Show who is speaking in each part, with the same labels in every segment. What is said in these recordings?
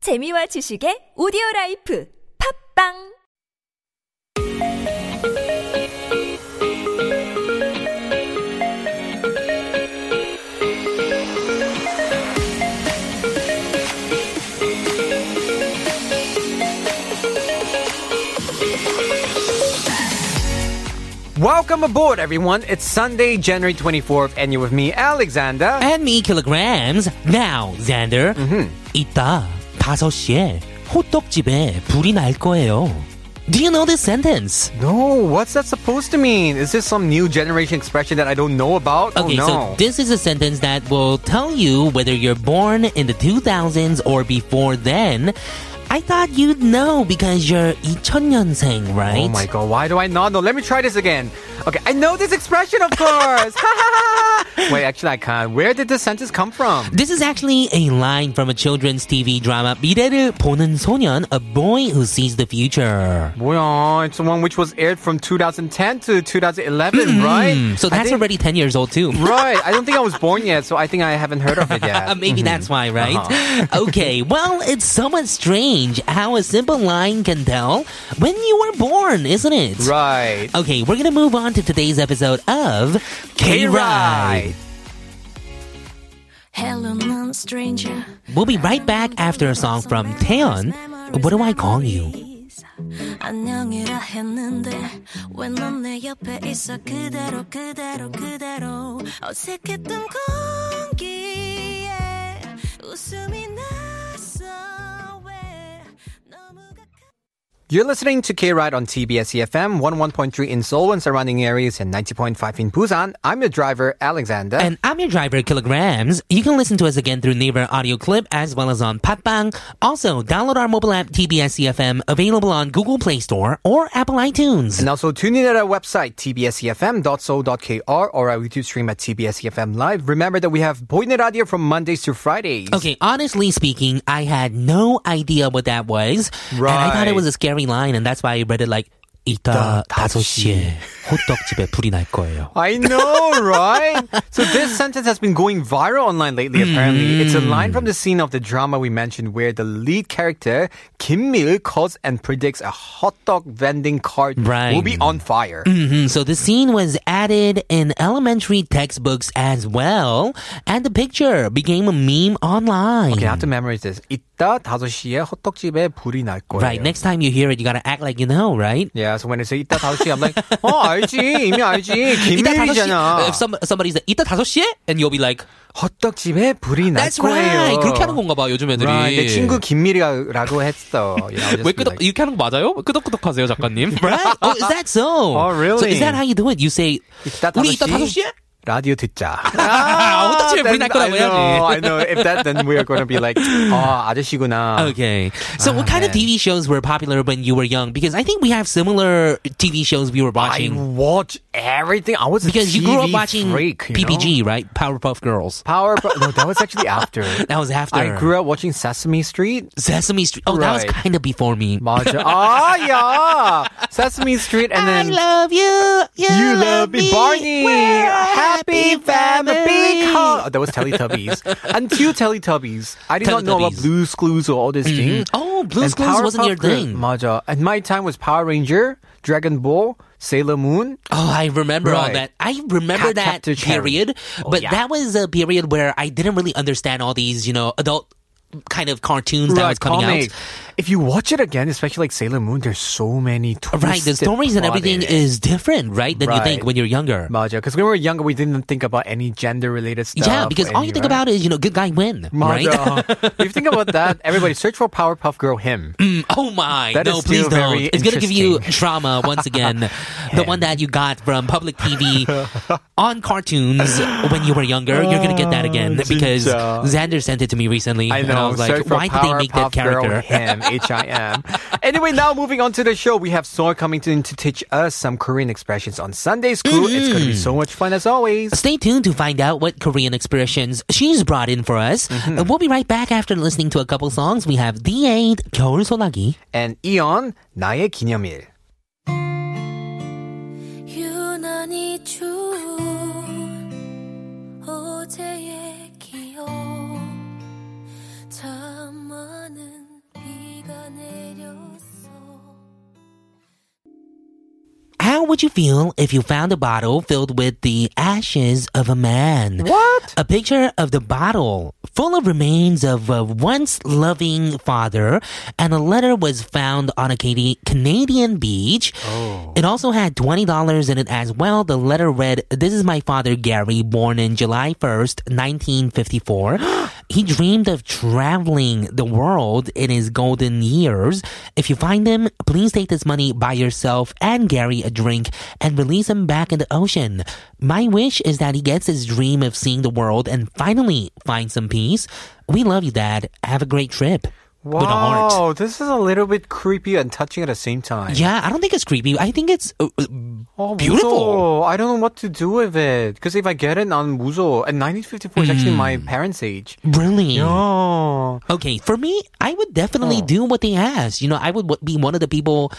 Speaker 1: 재미와 지식의 오디오 라이프 팝빵
Speaker 2: Welcome aboard, everyone. It's Sunday, January 24th, and you're with me, Alexander.
Speaker 3: and me kilograms. Now, Xander.
Speaker 2: Mm-hmm.
Speaker 3: 이따 5시에 호떡집에 불이 날 거예요. Do you know this sentence?
Speaker 2: No, what's that supposed to mean? Is this some new generation expression that I don't know about?
Speaker 3: Okay,
Speaker 2: oh,
Speaker 3: so
Speaker 2: no.
Speaker 3: this is a sentence that will tell you whether you're born in the 2000s or before then. I thought you'd know because you're 2000년생,
Speaker 2: Oh
Speaker 3: right?
Speaker 2: my god, why do I not know? Let me try this again. Okay, I know this expression, of course. Wait, actually, I can't. Where did this sentence come from?
Speaker 3: This is actually a line from a children's TV drama 미래를 보는 소년, a boy who sees the future.
Speaker 2: 뭐야, it's the one which was aired from 2010 to 2011, right?
Speaker 3: Mm-hmm. So
Speaker 2: I
Speaker 3: that's
Speaker 2: think-
Speaker 3: already 10 years old too.
Speaker 2: Right, I don't think I was born yet, so I think I haven't heard of it yet.
Speaker 3: Uh, maybe that's why, right? okay, well, it's somewhat strange how a simple line can tell when you were born, isn't it?
Speaker 2: Right.
Speaker 3: Okay, we're gonna move on to today's episode of K Ride.
Speaker 4: Hello, non stranger.
Speaker 3: We'll be right back after a song from Taeyeon. What do I call you?
Speaker 4: 안녕이라 했는데 왜넌내 옆에 있어 그대로 그대로 그대로 어색했던 공기에 웃음이 났어 왜 너무 가까
Speaker 2: You're listening to K Ride on TBS EFM 11.3 in Seoul and surrounding areas and 90.5 in Busan. I'm your driver, Alexander.
Speaker 3: And I'm your driver, Kilograms. You can listen to us again through Naver Audio Clip as well as on Patbang. Also, download our mobile app TBS EFM, E available on Google Play Store or Apple iTunes.
Speaker 2: and also tune in at our website, tbsefm.so.kr or our YouTube stream at TBS EFM E Live. Remember that we have Boyne Radio from Mondays to Fridays.
Speaker 3: Okay, honestly speaking, I had no idea what that was. And I thought
Speaker 2: Right.
Speaker 3: it was a scary line, and that's why I read it like, 이따
Speaker 2: 이따 다섯
Speaker 3: 5시에 호떡집에 불이 날 거예요.
Speaker 2: I know, right? so this sentence has been going viral online lately, apparently. It's a line from
Speaker 3: Mm.
Speaker 2: the scene of the drama we mentioned where the lead character, Kim Mil, calls and predicts a hot dog vending cart
Speaker 3: Right.
Speaker 2: will be on fire.
Speaker 3: Mhm, So the scene was added in elementary textbooks as well, and the picture became a meme online.
Speaker 2: Okay, I have to memorize this. 이따 5시에 호떡집에 불이 날 거예요.
Speaker 3: Right, next time you hear it, you gotta act like you know, right?
Speaker 2: Yeah, so when I say 이따 5시, I'm like, 어, 알지. 이미 알지. 김일이잖아.
Speaker 3: If some, somebody's like, 이따 5시에? And you'll be like,
Speaker 2: 호떡집에 불이 날
Speaker 3: that's
Speaker 2: 거예요.
Speaker 3: right. 그렇게 하는 네. 건가 봐, 요즘 애들이.
Speaker 2: Right, 내 친구 김밀이라고 했어. You know, I'll just
Speaker 5: 왜
Speaker 2: be
Speaker 5: 끄덕
Speaker 2: like,
Speaker 5: 이렇게 하는 거 맞아요? 끄덕끄덕 하세요, 작가님.
Speaker 3: Right? Oh, is that so?
Speaker 2: Oh, really?
Speaker 3: So is that how you do it? You say,
Speaker 2: 이따
Speaker 3: 우리 이따
Speaker 2: 5시?
Speaker 3: 5시에?
Speaker 2: 라디오 듣자.
Speaker 3: 아,
Speaker 5: 호떡집에 불이 날 거라고
Speaker 2: I know, I know. If that, then we are going to be like, 아, 아저씨구나.
Speaker 3: Okay. So what kind of
Speaker 2: man.
Speaker 3: TV shows were popular when you were young? Because I think we have similar TV shows we were
Speaker 2: I
Speaker 3: watching.
Speaker 2: watch everything. I was a
Speaker 3: because you grew up
Speaker 2: TV
Speaker 3: watching
Speaker 2: freak, you know?
Speaker 3: PPG, right? Powerpuff Girls.
Speaker 2: Power. No, that was actually after.
Speaker 3: That was after.
Speaker 2: I grew up watching Sesame Street.
Speaker 3: Sesame Street. Oh, that was
Speaker 2: Right.
Speaker 3: kind of before me.
Speaker 2: 맞아. 아, 야. Ah, Sesame Street and
Speaker 3: I
Speaker 2: then
Speaker 3: love you. You,
Speaker 2: You love me, Barney.
Speaker 3: We're a
Speaker 2: Happy family. Big hug.
Speaker 3: family.
Speaker 2: Oh, that was Teletubbies. Until Teletubbies, I did not know about
Speaker 3: Teletubbies.
Speaker 2: Blue's Clues or all this thing.
Speaker 3: Oh, Blue's
Speaker 2: And
Speaker 3: Clues wasn't your
Speaker 2: Powerpuff Girl-
Speaker 3: thing.
Speaker 2: 맞아. And my time was Power Ranger, Dragon Ball, Sailor Moon.
Speaker 3: Oh, I remember all
Speaker 2: Right.
Speaker 3: that. I remember
Speaker 2: Cat
Speaker 3: that
Speaker 2: Captor Cherry.
Speaker 3: period,
Speaker 2: Oh,
Speaker 3: but
Speaker 2: yeah.
Speaker 3: that was a period where I didn't really understand all these, you know, adult kind of cartoons that was coming
Speaker 2: comic.
Speaker 3: out.
Speaker 2: If you watch it again, especially like Sailor Moon, there's so many twists.
Speaker 3: Right, the stories and everything is different, right, than you
Speaker 2: Right.
Speaker 3: think when you're younger.
Speaker 2: Maja, because when we were younger, we didn't think about any gender related stuff.
Speaker 3: yeah, because all you think about is, you know, good guy win, right?
Speaker 2: Maja. uh-huh. if you think about that, everybody search for Powerpuff Girl him.
Speaker 3: oh my,
Speaker 2: That
Speaker 3: no,
Speaker 2: is
Speaker 3: please
Speaker 2: still
Speaker 3: don't.
Speaker 2: very
Speaker 3: It's gonna give you
Speaker 2: interesting.
Speaker 3: trauma once again. the one that you got from public TV on cartoons when you were younger. You're gonna get that again because
Speaker 2: 진짜.
Speaker 3: Xander sent it to me recently,
Speaker 2: Uh, I know.
Speaker 3: and I was
Speaker 2: search
Speaker 3: like,
Speaker 2: for
Speaker 3: why did they make that
Speaker 2: Powerpuff Girl
Speaker 3: character?
Speaker 2: him? H I M. Anyway, now moving on to the show, we have Sora coming in to teach us some Korean expressions on Sunday school. It's going to be so much fun as always.
Speaker 3: Stay tuned to find out what Korean expressions she's brought in for us.
Speaker 2: Mm-hmm.
Speaker 3: And We'll be right back after listening to a couple songs. We have D8, 겨울 소나기.
Speaker 2: And Eon, 나의 기념일.
Speaker 4: 유난히 추운 어제의 기억 참 많은
Speaker 3: How would you feel if you found a bottle filled with the ashes of a man?
Speaker 2: What?
Speaker 3: A picture of the bottle full of remains of a once loving father, and a letter was found on a Cana- Canadian beach. It also had $20 in it as well. The letter read, This is my father, Gary, born in July 1st, 1954. he dreamed of traveling the world in his golden years. If you find him, please take this money, buy yourself and Gary a drink, and release him back in the ocean. My wish is that he gets his dream of seeing the world and finally find some peace. We love you, Dad. Have a great trip.
Speaker 2: Wow,
Speaker 3: With a heart.
Speaker 2: this is a little bit creepy and touching at the same time.
Speaker 3: Yeah, I don't think it's creepy. I think it's uh, uh,
Speaker 2: Oh,
Speaker 3: beautiful.
Speaker 2: 무서워. I don't know what to do with it. Because if I get it, I'm 무서워. And 1954 is actually my parents' age.
Speaker 3: really.
Speaker 2: Oh.
Speaker 3: Okay, for me, I would definitely do what they asked. You know, I would w- be one of the people,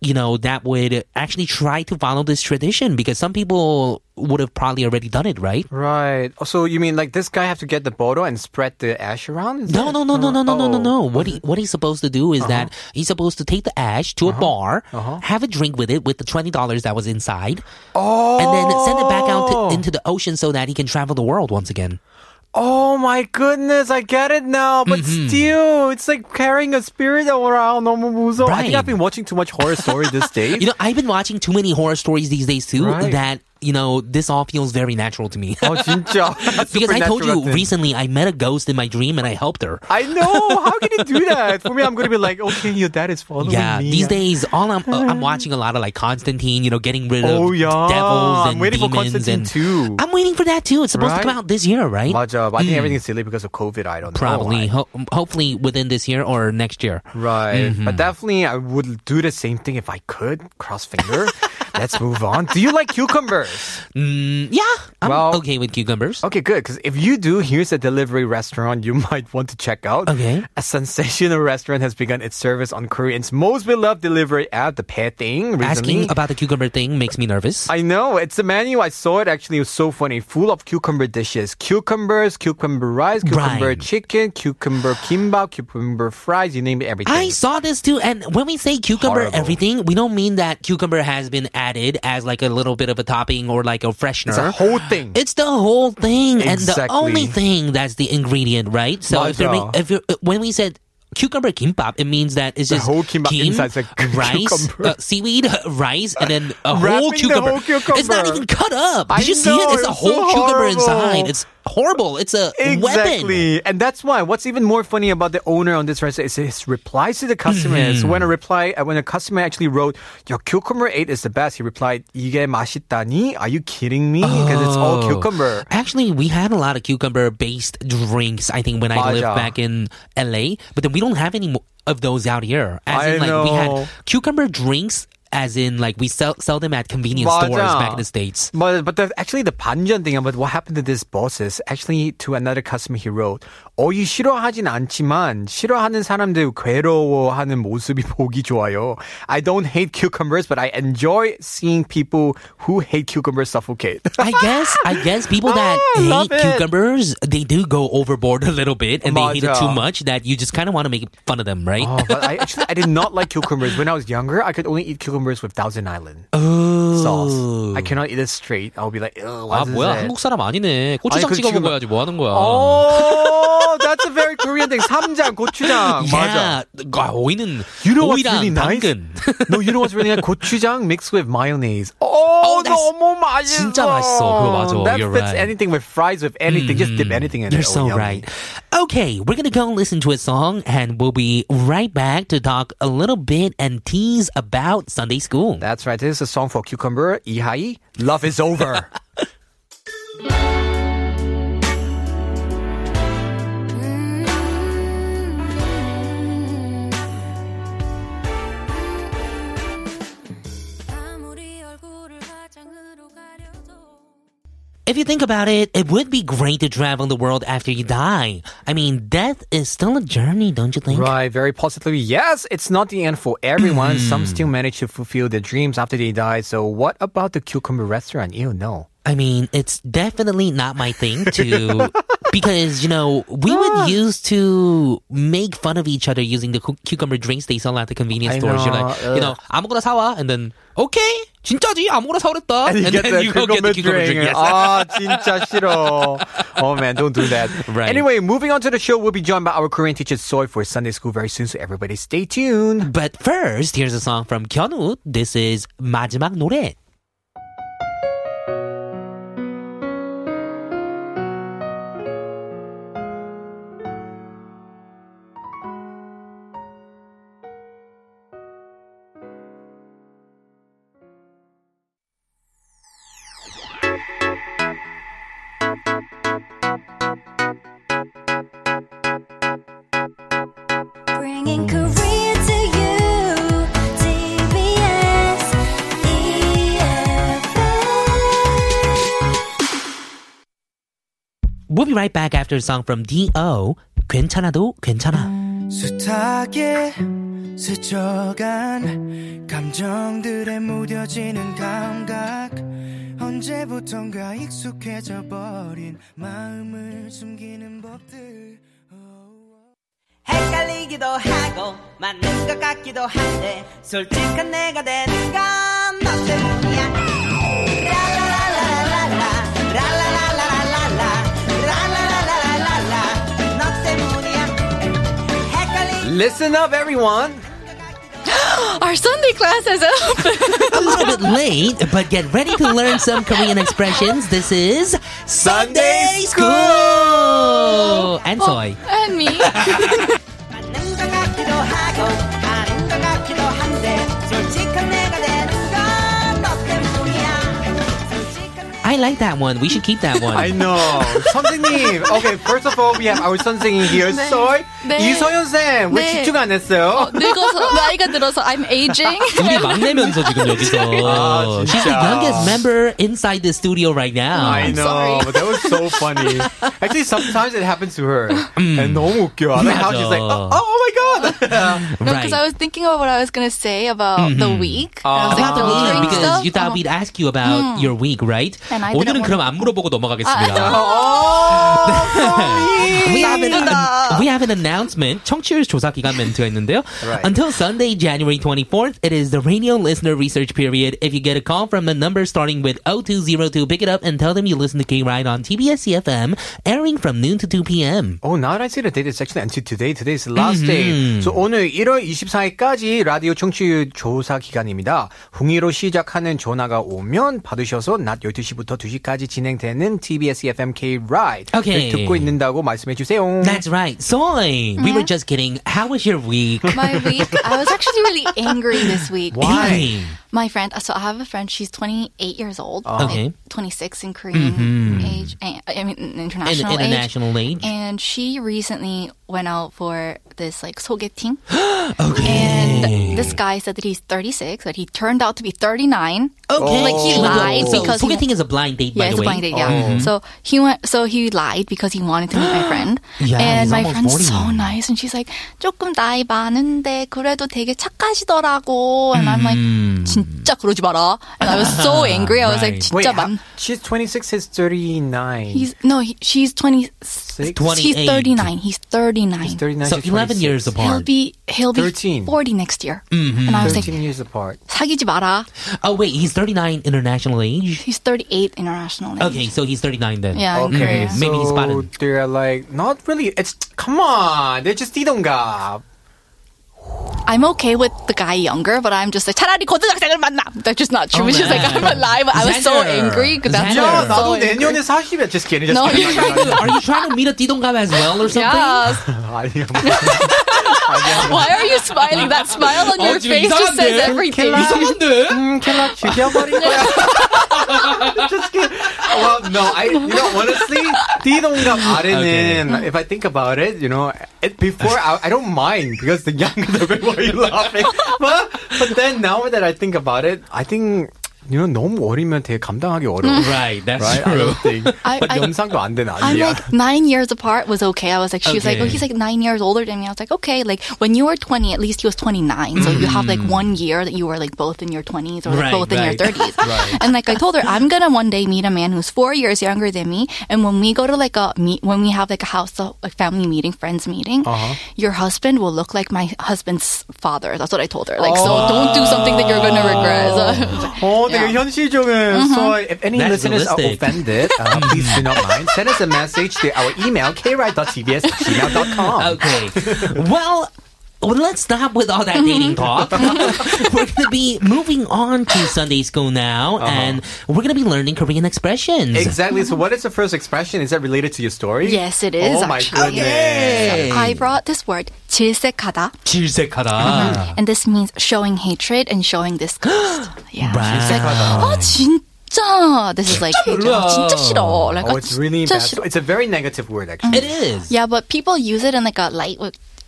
Speaker 3: you know, that would actually try to follow this tradition because some people would have probably already done it, right?
Speaker 2: Right. Oh, So you mean like this guy have to get the bottle and spread the ash around? Is
Speaker 3: No,
Speaker 2: it?
Speaker 3: no, no, no, no, no, no, no,
Speaker 2: Oh. Uh-huh.
Speaker 3: no. What he what he's supposed to do is that he's supposed to take the ash to a bar, have a drink with it with the twenty dollars that was inside,
Speaker 2: Oh.
Speaker 3: and then send it back out to, into the ocean so that he can travel the world once again.
Speaker 2: Oh my goodness, I get it now. But
Speaker 3: Mm-hmm.
Speaker 2: still, it's like carrying a spirit around. 너무 무서워. I think
Speaker 3: Right.
Speaker 2: I've been watching too much horror story these days.
Speaker 3: You know, I've been watching too many horror stories these days too
Speaker 2: Right.
Speaker 3: that you know this all feels very natural to me.
Speaker 2: oh 진짜.
Speaker 3: Because I told you
Speaker 2: Supernatural 같은.
Speaker 3: recently I met a ghost in my dream and I helped her.
Speaker 2: I know. How can you do that? For me, I'm gonna be like, okay, your dad is following
Speaker 3: Yeah,
Speaker 2: me.
Speaker 3: these days all I'm uh, I'm watching a lot of like Constantine, you know, getting rid of
Speaker 2: Oh, yeah.
Speaker 3: devils and
Speaker 2: I'm waiting for
Speaker 3: demons
Speaker 2: Constantine
Speaker 3: and
Speaker 2: too.
Speaker 3: I'm waiting for that too. It's supposed to
Speaker 2: Right?
Speaker 3: come out this year, right?
Speaker 2: 맞아. I think everything's silly because of COVID. I don't
Speaker 3: Hmm. Probably,
Speaker 2: know.
Speaker 3: ho- hopefully within this year or next year.
Speaker 2: Right.
Speaker 3: Mm-hmm.
Speaker 2: But definitely, I would do the same thing if I could. Cross finger. Let's move on. Do you like cucumbers?
Speaker 3: Mm, yeah, I'm
Speaker 2: Well-
Speaker 3: okay with cucumbers.
Speaker 2: Okay, good. Because if you do, here's a delivery restaurant you might want to check out.
Speaker 3: Okay.
Speaker 2: A sensational restaurant has begun its service on Korean's most beloved delivery app, the Pet Thing, recently.
Speaker 3: Asking about the cucumber thing makes me nervous.
Speaker 2: I know. It's the menu. I saw it actually. It was so funny. Full of cucumber dishes. Cucumbers, cucumber rice, cucumber
Speaker 3: Right.
Speaker 2: chicken, cucumber kimbap, cucumber fries, you name it, everything.
Speaker 3: I saw this too, and when we say cucumber
Speaker 2: Horrible.
Speaker 3: everything, we don't mean that cucumber has been added as like a little bit of a topping or like a freshener.
Speaker 2: it's a whole thing.
Speaker 3: It's the whole thing, and the
Speaker 2: Exactly.
Speaker 3: only thing that's the ingredient, right? So if you're,
Speaker 2: 맞아.
Speaker 3: if you're when we said cucumber kimbap, it means that it's
Speaker 2: The
Speaker 3: just
Speaker 2: whole kimbap
Speaker 3: kim,
Speaker 2: inside's a
Speaker 3: rice,
Speaker 2: cucumber.
Speaker 3: uh, seaweed, rice, and then a
Speaker 2: Wrapping
Speaker 3: whole
Speaker 2: the
Speaker 3: cucumber.
Speaker 2: whole cucumber.
Speaker 3: It's not even cut up. Did
Speaker 2: I
Speaker 3: you see
Speaker 2: know,
Speaker 3: it? It's
Speaker 2: it
Speaker 3: a
Speaker 2: was so
Speaker 3: whole cucumber
Speaker 2: horrible.
Speaker 3: inside. It's horrible. It's a weapon.
Speaker 2: Exactly. And that's why what's even more funny about the owner on this restaurant is his replies to the customers.
Speaker 3: Mm-hmm.
Speaker 2: When a reply uh, when a customer actually wrote, Your cucumber eight is the best, he replied, 이게 맛있다니? Are you kidding me? Because it's all
Speaker 3: Oh.
Speaker 2: cucumber.
Speaker 3: Actually, we had a lot of cucumber based drinks, I think, when I lived
Speaker 2: 맞아.
Speaker 3: back in LA, but then we don't have any mo- of those out here. As
Speaker 2: I
Speaker 3: in, like, we
Speaker 2: know.
Speaker 3: had cucumber drinks, as in, like, we sell, sell them at convenience
Speaker 2: 맞아.
Speaker 3: stores back in the States.
Speaker 2: But but the, actually the 반전 thing about what happened to this boss is actually to another customer he wrote. 어이 싫어하진 않지만 싫어하는 사람들 괴로워하는 모습이 보기 좋아요. I don't hate cucumbers, but I enjoy seeing people who hate cucumbers suffocate.
Speaker 3: I guess, I guess people that
Speaker 2: Ah, love
Speaker 3: hate
Speaker 2: it.
Speaker 3: cucumbers, they do go overboard a little bit and they hate it
Speaker 2: 맞아.
Speaker 3: too much that you just kind of want to make fun of them, right?
Speaker 2: Oh, but I actually I did not like cucumbers when I was younger. I could only eat cucumbers with Thousand Island sauce.
Speaker 3: Oh.
Speaker 2: I cannot eat it straight. I'll be like, Ugh,
Speaker 5: 아
Speaker 2: what is
Speaker 5: 뭐야
Speaker 2: it?
Speaker 5: 한국 사람 아니네 고추장
Speaker 2: 아니, 그
Speaker 5: 찍어
Speaker 2: 지금-
Speaker 5: 먹어야지 뭐 하는 거야
Speaker 2: Oh, that's a very Korean thing. 삼장 고추장 맞아.
Speaker 3: Yeah. 아, 오이는
Speaker 2: You know what's
Speaker 3: 오이랑
Speaker 2: really nice?
Speaker 3: 당근.
Speaker 2: no, you know what's really nice? 고추장 mixed with mayonnaise. Oh,
Speaker 3: Oh, that's-
Speaker 2: 너무 맛있어.
Speaker 3: 진짜 맛있어. 그거 맞아.
Speaker 2: That
Speaker 3: You're
Speaker 2: fits
Speaker 3: right.
Speaker 2: anything with fries, with anything. Just dip anything in
Speaker 3: You're
Speaker 2: it. Oh,
Speaker 3: so
Speaker 2: yummy.
Speaker 3: right. Okay, we're gonna go listen to a song, and we'll be right back to talk a little bit and tease about Sunday school.
Speaker 2: That's right. This is a song for cucumber. 이하이, love is over.
Speaker 4: 아무리 얼굴을 화장으로 가려도
Speaker 3: If you think about it, it would be great to travel the world after you die. I mean, death is still a journey, don't you think?
Speaker 2: Right, very positively. Yes, it's not the end for everyone.
Speaker 3: Hmm.
Speaker 2: Some still manage to fulfill their dreams after they die. So, what about the cucumber restaurant? Ew, no.
Speaker 3: I mean, it's definitely not my thing to because you know we would used to make fun of each other using the cu- cucumber drinks they sell at the convenience
Speaker 2: I
Speaker 3: stores. You're
Speaker 2: know,
Speaker 3: like, you know, 아무거나 사와, and then okay, 진짜지 아무거나 사오랬다,
Speaker 2: And you get the
Speaker 3: then you go get the cucumber drink. Yes.
Speaker 2: Ah, 진짜 싫어. Oh man, don't do that.
Speaker 3: Right.
Speaker 2: Anyway, moving on to the show, we'll be joined by our Korean teacher Soy for Sunday school very soon. So everybody, stay tuned.
Speaker 3: But first, here's a song from Kyunwood. This is 마지막 노래.
Speaker 4: Bringing Korea to you, TBS E EFM.
Speaker 3: We'll be right back after a song from D.O. 괜찮아도 괜찮아.
Speaker 6: 숱하게 스쳐간 감정들에 무뎌지는 감각 언제부턴가 익숙해져 버린 마음을 숨기는 법들
Speaker 7: 헷갈리기도 하고 맞는 것 같기도 한데 솔직한 내가 되는 건 너 때문이야 라라라라라라 라라라라라라 라라라라라라 너 때문이야 헷갈리
Speaker 2: Listen up, everyone.
Speaker 8: Our Sunday class has opened.
Speaker 3: a little bit late, but get ready to learn some Korean expressions. This is Sunday School. And Soy.
Speaker 8: and me.
Speaker 7: 맞는 것 같기도 하고 아닌 것 같기도 한데 솔직한 내가 되는 건 너 때문이야 솔직한 내
Speaker 3: I like that one. We should keep that one.
Speaker 2: I know. 선생님. Okay, first of all, we have our 선생님 here, Soy.
Speaker 8: 네.
Speaker 2: 이소연 쌤, 왜
Speaker 8: 네.
Speaker 2: 집중 안 했어요?
Speaker 8: 늙어서 나이가 들어서 I'm aging.
Speaker 5: 우리 막내면서 지금 여기서
Speaker 2: 아,
Speaker 3: She's the youngest member inside the studio right now.
Speaker 2: I know,
Speaker 8: sorry.
Speaker 2: but that was so funny. Actually, sometimes it happens to her.
Speaker 8: Mm.
Speaker 2: And 너무 웃겨. I like how she's like, oh, oh my god.
Speaker 8: No, because
Speaker 3: Right.
Speaker 8: I was thinking about what I was gonna say about the week. And I was
Speaker 3: About
Speaker 8: like,
Speaker 3: the
Speaker 8: the
Speaker 3: week,
Speaker 8: drink
Speaker 3: because
Speaker 8: stuff. Uh-huh.
Speaker 3: you thought we'd ask you about your week, right?
Speaker 8: And I
Speaker 5: 오늘은
Speaker 8: didn't
Speaker 5: 그럼
Speaker 8: want 아,
Speaker 5: 안 물어보고 넘어가겠습니다.
Speaker 2: Oh, sorry.
Speaker 3: We have, an, we have an announcement. 청취율 조사 기간 멘트가 있는데요.
Speaker 2: Right.
Speaker 3: Until Sunday, January 24th, it is the radio listener research period. If you get a call from a number starting with 0202, pick it up and tell them you listen to K-Ride on TBS CFM, airing from noon to 2 p.m.
Speaker 2: Oh, now that I see the date, it's actually until today. Today is the last day. So 오늘 1월 24일까지 라디오 청취율 조사 기간입니다. 홍의로 시작하는 전화가 오면 받으셔서 낮 12시부터 2시까지 진행되는 TBS FM K Ride.
Speaker 3: Okay.
Speaker 2: 듣고 있는다고 말씀해 주세요.
Speaker 3: That's right. Soy, we were
Speaker 8: Mm-hmm.
Speaker 3: just kidding. How was your week?
Speaker 8: My week, I was actually really angry this week.
Speaker 2: Why?
Speaker 3: Really?
Speaker 8: My friend, so I have a friend. She's 28 years old.
Speaker 3: Oh. Okay. Mm-hmm.
Speaker 8: like 26 in Korean age. eh, I mean, in
Speaker 3: In
Speaker 8: international, age.
Speaker 3: international age.
Speaker 8: And she recently went out for this like 소개팅. okay. And this guy said that he's 36, but he turned out to be 39.
Speaker 3: Okay.
Speaker 2: Oh.
Speaker 8: Like he
Speaker 3: So-
Speaker 8: lied
Speaker 3: so,
Speaker 8: because he-
Speaker 3: 소개팅 is a blind date, by
Speaker 8: Yeah,
Speaker 3: the
Speaker 8: it's a
Speaker 3: way. Oh.
Speaker 8: blind date. Yeah. So he went. So he lied because he wanted to meet my friend.
Speaker 3: Yeah, he's
Speaker 8: and my
Speaker 3: almost
Speaker 8: friend's
Speaker 3: 40.
Speaker 8: so nice, and she's like, 조금 나이 많은데 그래도 되게 착하시더라고. And I'm like, 진짜 그러지 마라. And I was so angry. I was like,
Speaker 3: Right.
Speaker 8: 진짜
Speaker 2: Wait,
Speaker 8: 만.
Speaker 2: how, she's 26, he's 39.
Speaker 8: He's no, he, she's twenty. He's
Speaker 3: 28.
Speaker 8: thirty nine. He's thirty nine.
Speaker 2: 39.
Speaker 3: So
Speaker 2: she's
Speaker 3: 11 years
Speaker 2: 26.
Speaker 8: He'll
Speaker 3: apart.
Speaker 8: be he'll be
Speaker 2: 13.
Speaker 8: forty next year.
Speaker 3: Mm-hmm.
Speaker 8: And I was like,
Speaker 2: 13 years apart.
Speaker 8: 사귀지 마라.
Speaker 3: Oh, wait, he's 39 international age?
Speaker 8: He's thirty eight internationally.
Speaker 3: Okay, so he's 39 then.
Speaker 8: Yeah. in
Speaker 2: Okay,
Speaker 8: Korea.
Speaker 3: Mm, maybe he's
Speaker 2: so
Speaker 3: spotted.
Speaker 2: they're like, not really. It's come on, they're just 이동갑.
Speaker 8: I'm okay with the guy younger, but I'm just like 차라리 고등학생을 만나. That's just not true.
Speaker 3: Oh,
Speaker 8: It's just like
Speaker 3: man.
Speaker 8: I'm alive. I was so
Speaker 3: Xander.
Speaker 8: angry. 'cause That's
Speaker 3: Xander.
Speaker 8: why I
Speaker 2: 야,
Speaker 8: was so
Speaker 2: 나도
Speaker 8: angry.
Speaker 2: 내년에 40이야. Just kidding. Just
Speaker 8: No,
Speaker 2: kidding.
Speaker 8: you're
Speaker 2: 아니야,
Speaker 3: Are you trying to meet a Tidongkap as well or something?
Speaker 8: Yes.
Speaker 2: 아니야.
Speaker 8: Why are you smiling? That smile on
Speaker 5: 어,
Speaker 2: Oh,
Speaker 8: your
Speaker 5: 지금
Speaker 8: face just
Speaker 5: 이상한데?
Speaker 8: says everything.
Speaker 5: 이상한데?
Speaker 2: 음, 켈라 죽여버릴 거야. Just kidding. Well, no, I, you know, honestly, 띠동갑 아래는, if I think about it, you know, it, before, I, I don't mind, because the younger the way were you laughing. But, but then, now that I think about it, I think, you know, 너무 어리면 되게 감당하기 어려워.
Speaker 5: Right, that's
Speaker 2: right? I
Speaker 5: true.
Speaker 2: don't think.
Speaker 8: I-
Speaker 2: but
Speaker 8: I-
Speaker 2: 연상도 안 되는
Speaker 8: I'm
Speaker 2: 아니야.
Speaker 8: like nine years apart was okay. I was like, she was like, oh,
Speaker 5: Okay.
Speaker 8: he's like nine years older than me. I was like, okay, like when you were 20, at least he was 29. So you have like one year that you were like both in your 20s or
Speaker 5: Mm. Right,
Speaker 8: like both in
Speaker 5: right.
Speaker 8: your 30s. And like I told her, I'm gonna one day meet a man who's four years younger than me. And when we go to like a meet, when we have like a house, uh, like family meeting, friends meeting,
Speaker 5: Uh-huh.
Speaker 8: your husband will look like my husband's father. That's what I told her. Like,
Speaker 5: Oh.
Speaker 8: so don't do something that you're gonna regret.
Speaker 2: 어,
Speaker 8: So-
Speaker 2: 되게 현실적인.
Speaker 8: Mm-hmm.
Speaker 2: So if any
Speaker 5: That's
Speaker 2: listeners are
Speaker 5: realistic.
Speaker 2: offended, uh, please do not mind. Send us a message to our email, kride.tbs@gmail.com.
Speaker 5: Okay.
Speaker 3: Well, well, let's stop with all that dating talk. we're going to be moving on to Sunday school now,
Speaker 2: Uh-huh.
Speaker 3: and we're going to be learning Korean expressions.
Speaker 2: Exactly. So, what is the first expression? Is that related to your story?
Speaker 8: Yes, it is,
Speaker 2: Oh my
Speaker 8: actually.
Speaker 2: goodness.
Speaker 8: I brought this word 질색하다.
Speaker 5: 질색하다.
Speaker 8: And this means showing hatred and showing disgust. Yeah.
Speaker 3: Right.
Speaker 8: It's like, oh, 진짜. This is like, hatred.
Speaker 5: 별로야.
Speaker 8: 진짜 싫어. Like,
Speaker 2: Oh,
Speaker 8: "아,
Speaker 2: it's really
Speaker 8: 진짜
Speaker 2: bad.
Speaker 8: 싫어."
Speaker 2: It's a very negative word, actually.
Speaker 3: It is.
Speaker 8: Yeah, but people use it in like a light,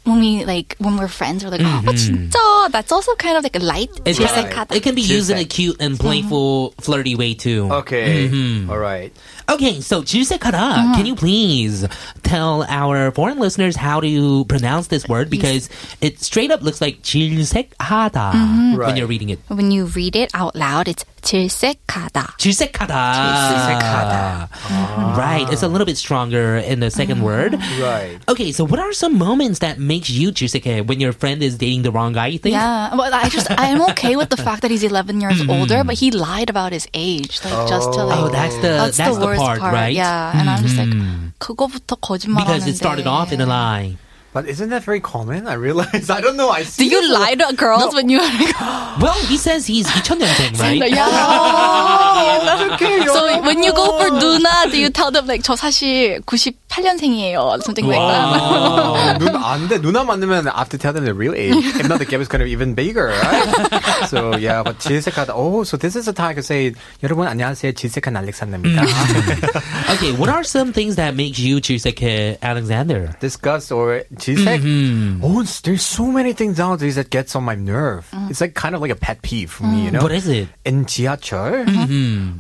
Speaker 8: when we like, when we're friends, we're like, oh, 진짜. That's also kind of like a light.
Speaker 3: It's
Speaker 8: 질색하다.
Speaker 3: kinda- it can be used in a cute and playful, flirty way too.
Speaker 2: Okay.
Speaker 3: Mm-hmm.
Speaker 2: All right.
Speaker 3: Okay, so Jusekara, can you please tell our foreign listeners how to pronounce this word because it straight up looks like Jusekhada when
Speaker 2: Right.
Speaker 3: you're reading it.
Speaker 8: When you read it out loud, it's 질색하다.
Speaker 3: Jusekhada. Right, it's a little bit stronger in the 2nd word.
Speaker 2: Right.
Speaker 3: Okay, so what are some moments that makes you Juseke when your friend is dating the wrong guy? You think?
Speaker 8: Yeah, well, I just I'm okay with the fact that he's 11 years older, but he lied about his age, like just to like.
Speaker 3: Mm-hmm. Oh, that's the that's,
Speaker 8: the, worst
Speaker 3: part, right? Mm-hmm.
Speaker 8: Yeah, and I'm just like, 그거부터 거짓말하는데.
Speaker 3: Because it started off in a lie.
Speaker 2: But isn't that very common? I realize. I don't know. I
Speaker 8: Do
Speaker 2: see.
Speaker 8: you lie to girls when you? Like,
Speaker 3: Well, he says he's 2000년생, right?
Speaker 8: yeah.
Speaker 2: okay.
Speaker 8: So when you go for 누나, do you tell them like 저 사실 98년생이에요, or something like that?
Speaker 2: 눈안 돼. Oh, 누나 만나면 I have to tell them the real age. If not, the gap is going to be even bigger, right? so, yeah, but 질색하다. Oh, so this is the time I could say, 여러분, 안녕하세요. 질색한 알렉산더입니다.
Speaker 3: Okay, what are some things that makes you Juseke Alexander?
Speaker 2: disgust or cheesecake. Oh, it's- there's so many things nowadays that gets on my nerve. It's like kind of like a pet peeve for me, you know.
Speaker 3: What is Mm-hmm. it?
Speaker 2: In 지하철,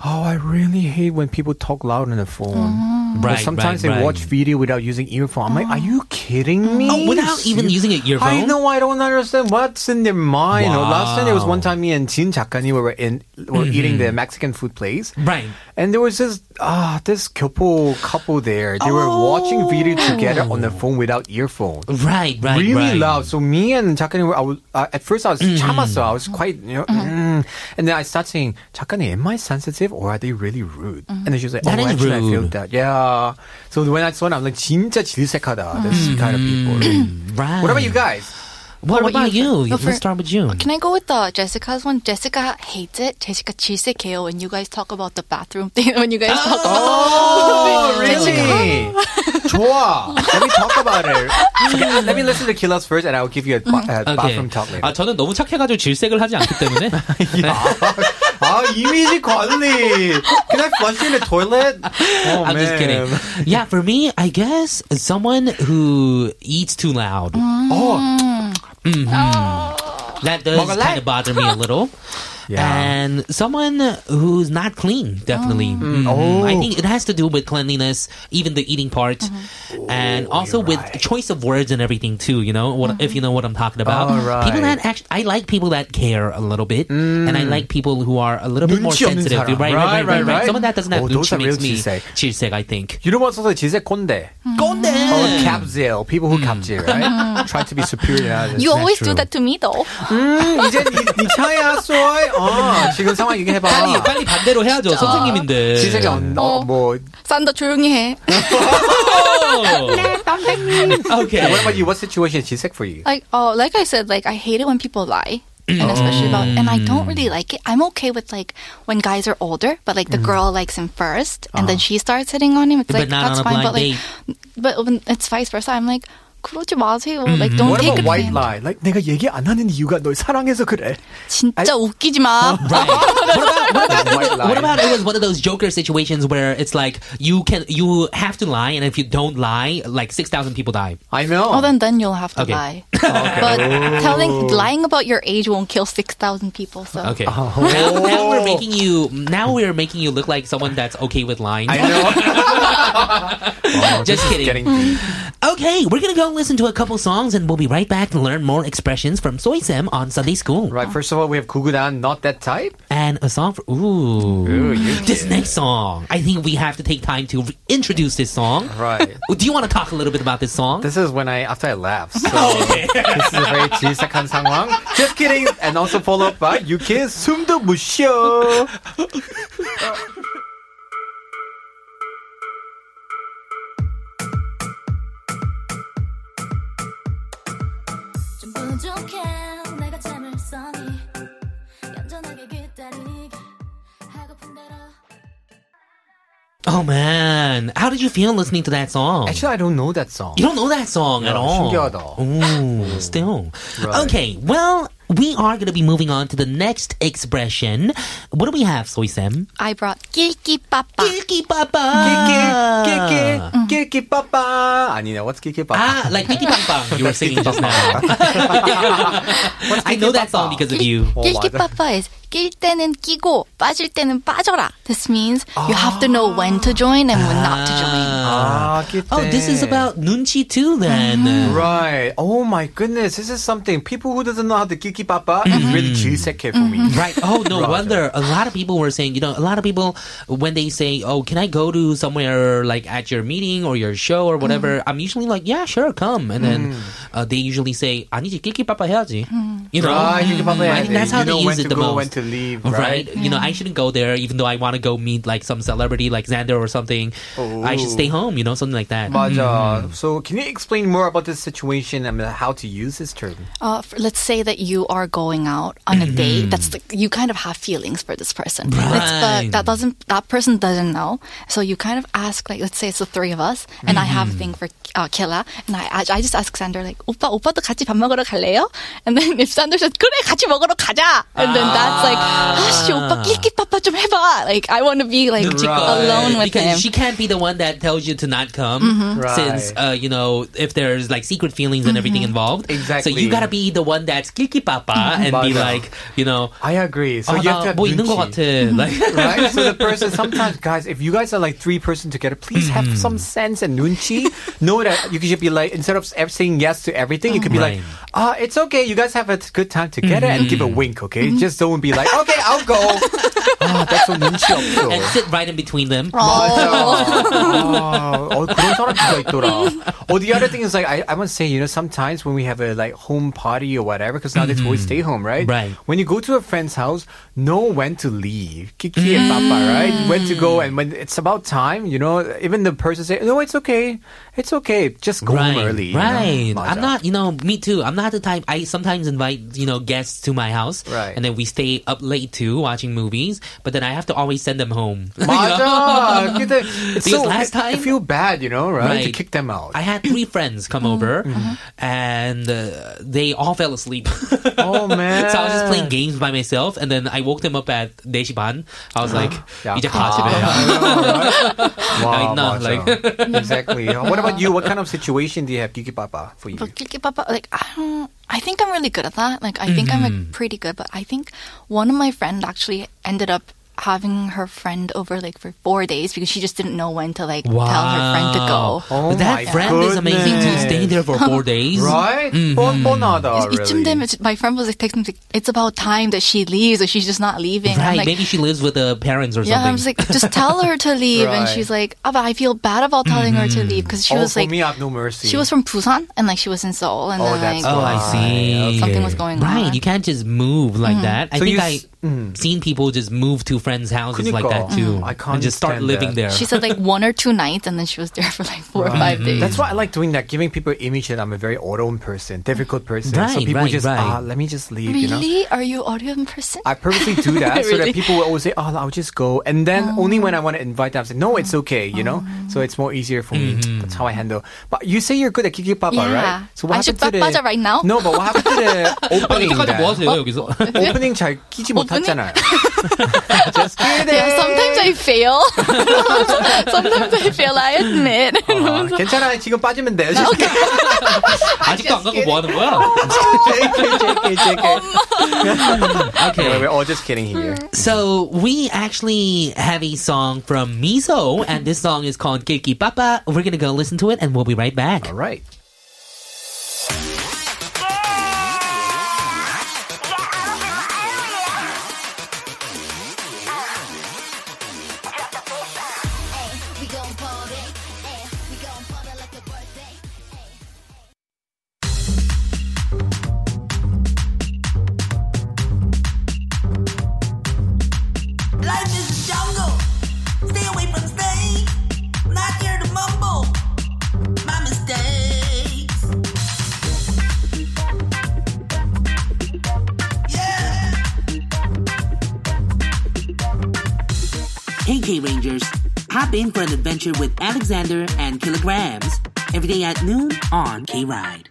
Speaker 2: oh, I really hate when people talk loud on the phone. Or
Speaker 3: Right,
Speaker 2: sometimes they
Speaker 3: right, right.
Speaker 2: watch video without using earphone. I'm like, are you kidding me?
Speaker 3: Oh, without even using an earphone?
Speaker 2: I know. I don't understand what's in their mind. You know, last time there was
Speaker 3: Wow. Mm-hmm.
Speaker 2: one time me and Jin 작가님 were in were eating the Mexican food place.
Speaker 3: Right.
Speaker 2: And there was this ah this couple couple there. They were watching video
Speaker 3: Oh.
Speaker 2: together on the phone without earphone.
Speaker 3: Right, right,
Speaker 2: Really
Speaker 3: right.
Speaker 2: loud. So me and 작가님 were I was uh, at first I was 참았어. I was quite you know, mm. and then I start saying 작가님, am I sensitive or are they really rude? And then she was like,
Speaker 3: That
Speaker 2: Oh,
Speaker 3: is
Speaker 2: actually I feel
Speaker 3: rude.
Speaker 2: that. Yeah. So when I saw it, I'm like 진짜 질색하다. This kind of people.
Speaker 3: Right.
Speaker 2: what about you guys?
Speaker 3: What,
Speaker 8: What
Speaker 3: about
Speaker 8: you-
Speaker 3: you?
Speaker 8: No, for-
Speaker 3: Let's start with you.
Speaker 8: Can I go with the Jessica's one? Jessica hates it. Jessica 질색해요 when you guys talk about the bathroom thing. When you guys
Speaker 2: Oh,
Speaker 3: Ah.
Speaker 8: talk about
Speaker 2: really? 좋아. Let me talk about it. Okay, let me listen to Kilos first, and I'll give you a ba- uh, bathroom talk later.
Speaker 5: 아, 저는 너무 착해가지고 질색을 하지 않기 때문에.
Speaker 2: 아, 이미지 관리. Can I flush in the toilet? Oh,
Speaker 5: I'm just kidding.
Speaker 3: yeah, for me, I guess someone who eats too loud. Mm-hmm.
Speaker 2: Oh,
Speaker 3: That does
Speaker 2: Mongolai.
Speaker 3: kind of bother me a little.
Speaker 2: yeah.
Speaker 3: And someone who's not clean, definitely. Mhm.
Speaker 2: Oh.
Speaker 3: I think it has to do with cleanliness, even the eating part, and also with choice of words and everything too. You know, what if you know what I'm talking about?
Speaker 2: All right.
Speaker 3: People that actually, I like people that care a little bit, and
Speaker 2: Mm.
Speaker 3: I like people who are a little bit more
Speaker 2: 눈치 없는
Speaker 3: sensitive.
Speaker 2: 사람.
Speaker 3: Right, right, right, right,
Speaker 2: right.
Speaker 3: Someone that doesn't have
Speaker 2: Oh, those
Speaker 3: 눈치
Speaker 2: are real
Speaker 3: makes me
Speaker 2: 질색.
Speaker 3: 질색. I think.
Speaker 2: You know what's also 지세 꼰대?
Speaker 8: 음.
Speaker 3: 꼰대.
Speaker 2: Or capzil. People who capzil, right? Try to be superior. than others.
Speaker 8: You always do
Speaker 3: true.
Speaker 8: that to me though.
Speaker 2: 음, 이제 니, 니 차야, 쏘이. 어, 지금 상황 얘기해봐.
Speaker 5: 빨리, 빨리 반대로 해야죠, 선생님인데.
Speaker 2: 아, 지세가 어, 어, 뭐.
Speaker 8: 싼다 조용히 해.
Speaker 3: Oh.
Speaker 5: Okay.
Speaker 2: What about you? What situation is 지색 for you?
Speaker 8: Like oh, like I said, like I hate it when people lie.
Speaker 3: Oh.
Speaker 8: And especially about, and I don't
Speaker 3: Mm.
Speaker 8: really like it. I'm okay with like when guys are older, but like the girl likes him 1st and then she starts hitting on him. It's
Speaker 3: Uh-huh. But
Speaker 8: like
Speaker 3: not
Speaker 8: that's
Speaker 3: on a
Speaker 8: fine,
Speaker 3: blind
Speaker 8: but like, but when it's vice versa. I'm like, 그러지 마세요. Like
Speaker 3: Mm-hmm.
Speaker 8: don't
Speaker 2: What
Speaker 8: 음,
Speaker 2: about
Speaker 8: take it.
Speaker 2: white lie?
Speaker 8: man.
Speaker 2: Like 내가 얘기 안 하는 이유가 널 사랑해서 그래.
Speaker 8: 진짜 웃기지
Speaker 3: Right.
Speaker 8: 마.
Speaker 3: what about what about,
Speaker 2: White
Speaker 3: what
Speaker 2: lie.
Speaker 3: about it was one of those Joker situations where it's like you can you have to lie, and if you don't lie, like six thousand people die.
Speaker 2: I know.
Speaker 8: Oh, then then you'll have to
Speaker 3: Okay. Oh.
Speaker 8: lie. But telling lying about your age won't kill six thousand people. So
Speaker 3: Okay.
Speaker 2: Oh.
Speaker 3: Now, now we're making you now we're making you look like someone that's okay with lying.
Speaker 2: I know. Oh, this
Speaker 3: Just
Speaker 2: is
Speaker 3: kidding.
Speaker 2: Getting
Speaker 8: 음.
Speaker 2: deep.
Speaker 3: Okay, we're gonna go listen to a couple songs, and we'll be right back to learn more expressions from Soy Sam on Sunday School.
Speaker 2: Right. First of all, we have Gugudan, not that type.
Speaker 3: And a song for ooh, this next song. I think we have to take time to re- introduce this song.
Speaker 2: Right.
Speaker 3: Do you want to talk a little bit about this song?
Speaker 2: This is when I after I laugh. So this is a very 질색한 상황. Just kidding. And also followed by Yuki's 숨도 못 쉬어.
Speaker 3: Oh.
Speaker 4: 좀 부족해 내가 잠을 써니 얌전하게 기다리니 하고픈 대로
Speaker 3: oh man, how did you feel listening to that song?
Speaker 2: Actually, I don't know that song.
Speaker 3: You don't know that song at
Speaker 2: Yeah,
Speaker 3: all.
Speaker 2: 신기하다.
Speaker 3: Ooh, still. Okay, well, we are going to be moving on to the next expression. What do we have, Soy Sam?
Speaker 8: I brought kilki papa.
Speaker 3: Kiki papa.
Speaker 2: Ah. Kiki, kiki, kiki, papa. 아니네. What's kiki, papa?
Speaker 3: Mm-hmm. Ah, like Kiki Papa. You were singing just now. I know that song because of you.
Speaker 8: Kilki papa is 낄 때는 끼고 빠질 때는 빠져라. This means you have to know when to join and when not to join.
Speaker 2: Ah,
Speaker 3: Oh, this is
Speaker 2: kite.
Speaker 3: about Nunchi too then. Uh,
Speaker 2: Right. Oh my goodness. This is something people who doesn't know how to kiki papa is really
Speaker 3: Mm-hmm.
Speaker 2: 질색해 for me.
Speaker 3: Right. Oh no wonder a lot of people were saying, you know, a lot of people when they say, "Oh, can I go to somewhere like at your meeting or your show or
Speaker 2: Mm.
Speaker 3: whatever?" I'm usually like, "Yeah, sure, come." And then uh, they usually say, "아니지, kiki papa 해야지." You know,
Speaker 2: Right, Ah, kiki papa
Speaker 3: I
Speaker 2: 해야지.
Speaker 3: think Mm-hmm. that's how
Speaker 2: You know
Speaker 3: they
Speaker 2: when
Speaker 3: use
Speaker 2: to
Speaker 3: it the
Speaker 2: go,
Speaker 3: most.
Speaker 2: when to leave,
Speaker 3: right?
Speaker 2: right?
Speaker 3: You know, I shouldn't go there, even though I want to go meet like some celebrity, like Xander or something. I should stay home. You know, something like that.
Speaker 2: 맞아. uh, So can you explain more about this situation and how to use this term?
Speaker 8: Uh, for, let's say that you are going out on a
Speaker 3: Mm-hmm.
Speaker 8: date. That's the, you kind of have feelings for this person, Let's-
Speaker 3: Right.
Speaker 8: but that doesn't that person doesn't know. So you kind of ask like, let's say it's the three of us, and I have a
Speaker 3: Mm-hmm.
Speaker 8: thing for uh, Killa, and I I- I just ask Sander like, 오빠 오빠도 같이 밥 먹으러 갈래요? And then if Sander says 그래 같이 먹으러 가자, and then that's like 아씨 오빠 끼끼 빠빠 좀 해봐. Like I want to be like
Speaker 3: Right.
Speaker 8: alone with
Speaker 3: because
Speaker 8: him.
Speaker 3: she can't be the one that tells you to not come
Speaker 2: Right.
Speaker 3: since uh, you know if there's like secret feelings and everything
Speaker 2: Mm-hmm.
Speaker 3: involved
Speaker 2: Exactly.
Speaker 3: so you gotta be the one that's kiki papa
Speaker 2: Mm-hmm.
Speaker 3: and be
Speaker 2: 맞아.
Speaker 3: like you know "Oh,
Speaker 2: I agree. So
Speaker 3: "아,
Speaker 2: you have
Speaker 3: 나
Speaker 2: to have
Speaker 3: Ah, 뭐 있는 것
Speaker 2: 눈치.
Speaker 3: 같아 like
Speaker 2: Mm-hmm. right? So the person sometimes, guys, if you guys are like three person together, please have some sense and nunchi. know that you could just be like instead of ev- saying yes to everything, you could be like,
Speaker 3: Right.
Speaker 2: ah, it's okay. You guys have a t- good time together and give a wink, okay? Just don't be like, okay, I'll go. Mm-hmm. ah, that's so nunchi 없어.
Speaker 3: and sit right in between them Oh.
Speaker 2: 맞아. 어, Oh, 그런 사람 진짜 있더라. Oh, the other thing is like I, I must say, you know, sometimes when we have a like home party or whatever, because now they always stay home, right?
Speaker 3: Mm-hmm. Right.
Speaker 2: When you go to a friend's house, know when to leave. Kiki and Papa,
Speaker 3: Mm.
Speaker 2: right? When to go and when it's about time, you know, even the person say, No, it's okay. It's okay. Just go
Speaker 3: right,
Speaker 2: home early. you know?
Speaker 3: Right.
Speaker 2: 맞아.
Speaker 3: I'm not, you know, me too. I'm not the type, I sometimes invite, you know, guests to my house.
Speaker 2: Right.
Speaker 3: And then we stay up late too, watching movies. But then I have to always send them home. You know?
Speaker 2: 맞아. 근데 it's
Speaker 3: Because
Speaker 2: so,
Speaker 3: last
Speaker 2: I- I
Speaker 3: time-
Speaker 2: feel bad, you know, right? To
Speaker 3: Right.
Speaker 2: kick them out.
Speaker 3: I had three friends come
Speaker 8: Mm-hmm.
Speaker 3: over, and uh, they all fell asleep.
Speaker 2: oh man.
Speaker 3: so I was just playing games by myself, and then I woke them up at 4시 반. I was like,
Speaker 2: Yeah,
Speaker 3: 이제 가
Speaker 2: 가.
Speaker 3: 집에.
Speaker 2: Wow,
Speaker 3: Right now,
Speaker 2: 맞아.
Speaker 3: like-
Speaker 2: exactly. What about you? What kind of situation do you have, Kiki Papa, for you?
Speaker 8: But Kiki Papa, like I don't, I think I'm really good at that. Like I think I'm
Speaker 2: Mm-hmm.
Speaker 8: like pretty good, but I think one of my friend actually ended up having her friend over like for four days because she just didn't know when to like tell her friend to go.
Speaker 2: Oh
Speaker 3: that
Speaker 2: my
Speaker 3: friend is amazing to
Speaker 2: goodness.
Speaker 3: stay there for four days.
Speaker 2: Right?
Speaker 3: Mm-hmm.
Speaker 2: 뻔- 뻔하다,
Speaker 8: It's- it's-
Speaker 2: Oh, really.
Speaker 8: it's- my friend was like texting, like, "It's about time that she leaves, or she's just not leaving." I'm
Speaker 3: Right,
Speaker 8: like,
Speaker 3: maybe she lives with the parents or
Speaker 8: yeah, I
Speaker 3: something.
Speaker 8: was like, just tell her to leave, and
Speaker 2: Right.
Speaker 8: she's like, "Ah, but I feel bad about telling her to leave because she
Speaker 2: oh,
Speaker 8: was
Speaker 2: for
Speaker 8: like,
Speaker 2: me, I have no mercy.
Speaker 8: she was from Busan and like she was in Seoul, and
Speaker 2: Oh, that's
Speaker 8: then
Speaker 3: Oh,
Speaker 8: like
Speaker 3: I see.
Speaker 8: Something was going
Speaker 3: right,
Speaker 8: on. Mm-hmm.
Speaker 3: you can't just move like that. I
Speaker 2: So
Speaker 3: think
Speaker 2: you
Speaker 3: I
Speaker 2: s- mm.
Speaker 3: seen people just move to
Speaker 5: friends' houses like
Speaker 2: 그니까.
Speaker 5: that too,
Speaker 2: Mm. I can't
Speaker 5: and just start
Speaker 2: stand
Speaker 5: living there.
Speaker 2: that.
Speaker 8: She said like one or two nights, and then she was there for like four or five
Speaker 3: Mm-hmm.
Speaker 8: days.
Speaker 2: Mm-hmm. That's why I like doing that, giving people image that I'm a very autumn person, difficult person. so
Speaker 3: Right,
Speaker 2: people
Speaker 3: right,
Speaker 2: just,
Speaker 3: right.
Speaker 2: ah, let me just leave, you know?
Speaker 8: really? Are you audio in person?
Speaker 2: I purposely do that so that
Speaker 8: Really? Oh.
Speaker 2: people will always say, "Oh, I'll just go," and then only when I want to invite them, I say, "No, it's okay," you know. So it's more easier for me. That's how I handle. But you say you're good at Kiki Papa, right?
Speaker 8: Yeah. I should
Speaker 2: happened
Speaker 8: Papa right now?
Speaker 2: No, but what happened to
Speaker 5: 아,
Speaker 2: the opening?
Speaker 5: 이때까지
Speaker 2: then?
Speaker 5: 뭐 하세요 여기서?
Speaker 2: 오프닝 잘 끼지
Speaker 8: 오프닝?
Speaker 2: 못했잖아요. just kidding.
Speaker 8: Yeah, sometimes I fail. sometimes I fail. I admit.
Speaker 3: Uh-huh.
Speaker 2: 아, 괜찮아, 지금 빠지면 돼. JK,
Speaker 5: 아직도 안 가고 뭐 하는 거야?
Speaker 2: JK, JK. Okay, we're all just kidding here.
Speaker 3: So we actually have a song from Miso, and this song is called Kiki Papa. We're gonna go listen to it, and we'll be right back.
Speaker 2: All right.
Speaker 9: Life is a jungle. Stay away from Spain. Not here to mumble. My mistakes. Yeah.
Speaker 3: KK Rangers, hop in for an adventure with Alexander and Kilograms every day at noon on K Ride.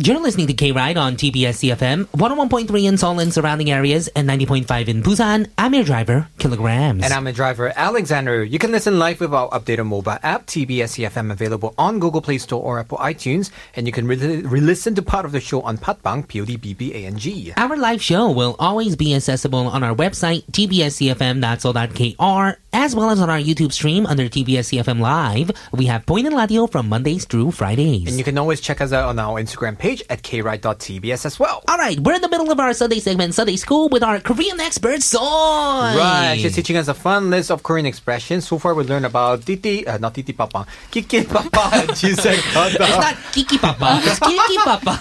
Speaker 3: You're listening to K Ride on TBS CFM, 101.3 in Seoul and surrounding areas, and 90.5 in Busan. I'm your driver, Kilograms.
Speaker 2: And I'm a driver, Alexander. You can listen live with our updated mobile app, TBS EFM, E available on Google Play Store or Apple iTunes. And you can re- re-listen to part of the show on Patbang, P-O-D-B-B-A-N-G.
Speaker 3: Our live show will always be accessible on our website, tbscfm.soul.kr, as well as on our YouTube stream under tbscfm live. We have Point and Radio from Mondays through Fridays.
Speaker 2: And you can always check us out on our Instagram page at kride.tbs as well.
Speaker 3: All right, we're in the middle of our Sunday segment, Sunday School, with our Korean expert, Soy.
Speaker 2: Right, she's teaching us a fun list of Korean expressions. So far, we learned about titi, uh, not titi papa, kiki papa, and jisek
Speaker 3: It's not Kiki Papa. It's Kiki Papa.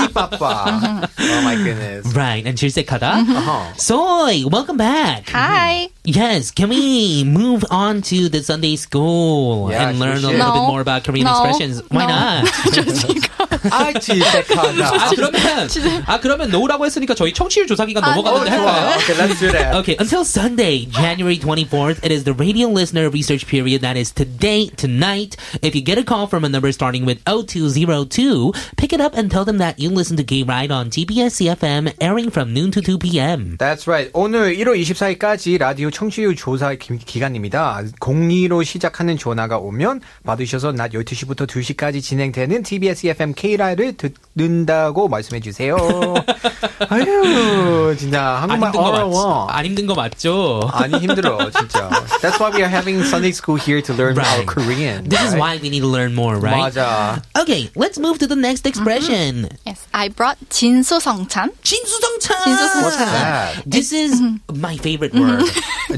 Speaker 2: kiki papa. Oh my goodness.
Speaker 3: Right, and 질색하다.
Speaker 2: Uh-huh.
Speaker 3: Soy, welcome back.
Speaker 8: Hi.
Speaker 3: Yes, can we move on to the Sunday school
Speaker 2: Yeah,
Speaker 3: and
Speaker 2: sure
Speaker 3: learn a
Speaker 2: shit.
Speaker 3: little bit
Speaker 8: No.
Speaker 3: more about Korean
Speaker 8: No.
Speaker 3: expressions? Why
Speaker 8: No.
Speaker 3: not?
Speaker 5: 아
Speaker 2: 아, 지색하다.
Speaker 5: 그러면 아 그러면 노라고 했으니까 저희 청취율 조사 기간 넘어갔는데 할까요?
Speaker 2: Okay, let's do that.
Speaker 3: Okay, until Sunday, January 24th, it is the radio listener research period that is today, tonight. If you get a call from a number starting with 0202, pick it up and tell them that you listen to Gay Ride on TBS CFM, airing from noon to 2 p.m.
Speaker 2: That's right. 오늘 1월 24일까지 라디오 청취율 조사 기- 기간입니다. 02로 시작하는 전화가 오면 받으셔서 낮 12시부터 2시까지 진행되는 TBS EFM K라이를 듣는다고 말씀해 주세요. 아유, 진짜
Speaker 5: 안
Speaker 2: 한국말
Speaker 5: 힘든 거 맞죠?
Speaker 2: 어려워.
Speaker 5: 안 힘든 거 맞죠?
Speaker 2: 아니 힘들어 진짜. That's why we are having Sunday school here to learn our
Speaker 3: Right.
Speaker 2: Korean.
Speaker 3: This is
Speaker 2: right?
Speaker 3: why we need to learn more, right?
Speaker 2: 맞아.
Speaker 3: Okay, let's move to the next expression.
Speaker 8: Yes, I brought Jinso Songchan.
Speaker 3: 진수성찬.
Speaker 2: What's
Speaker 3: Uh,
Speaker 2: that?
Speaker 3: This is my favorite word.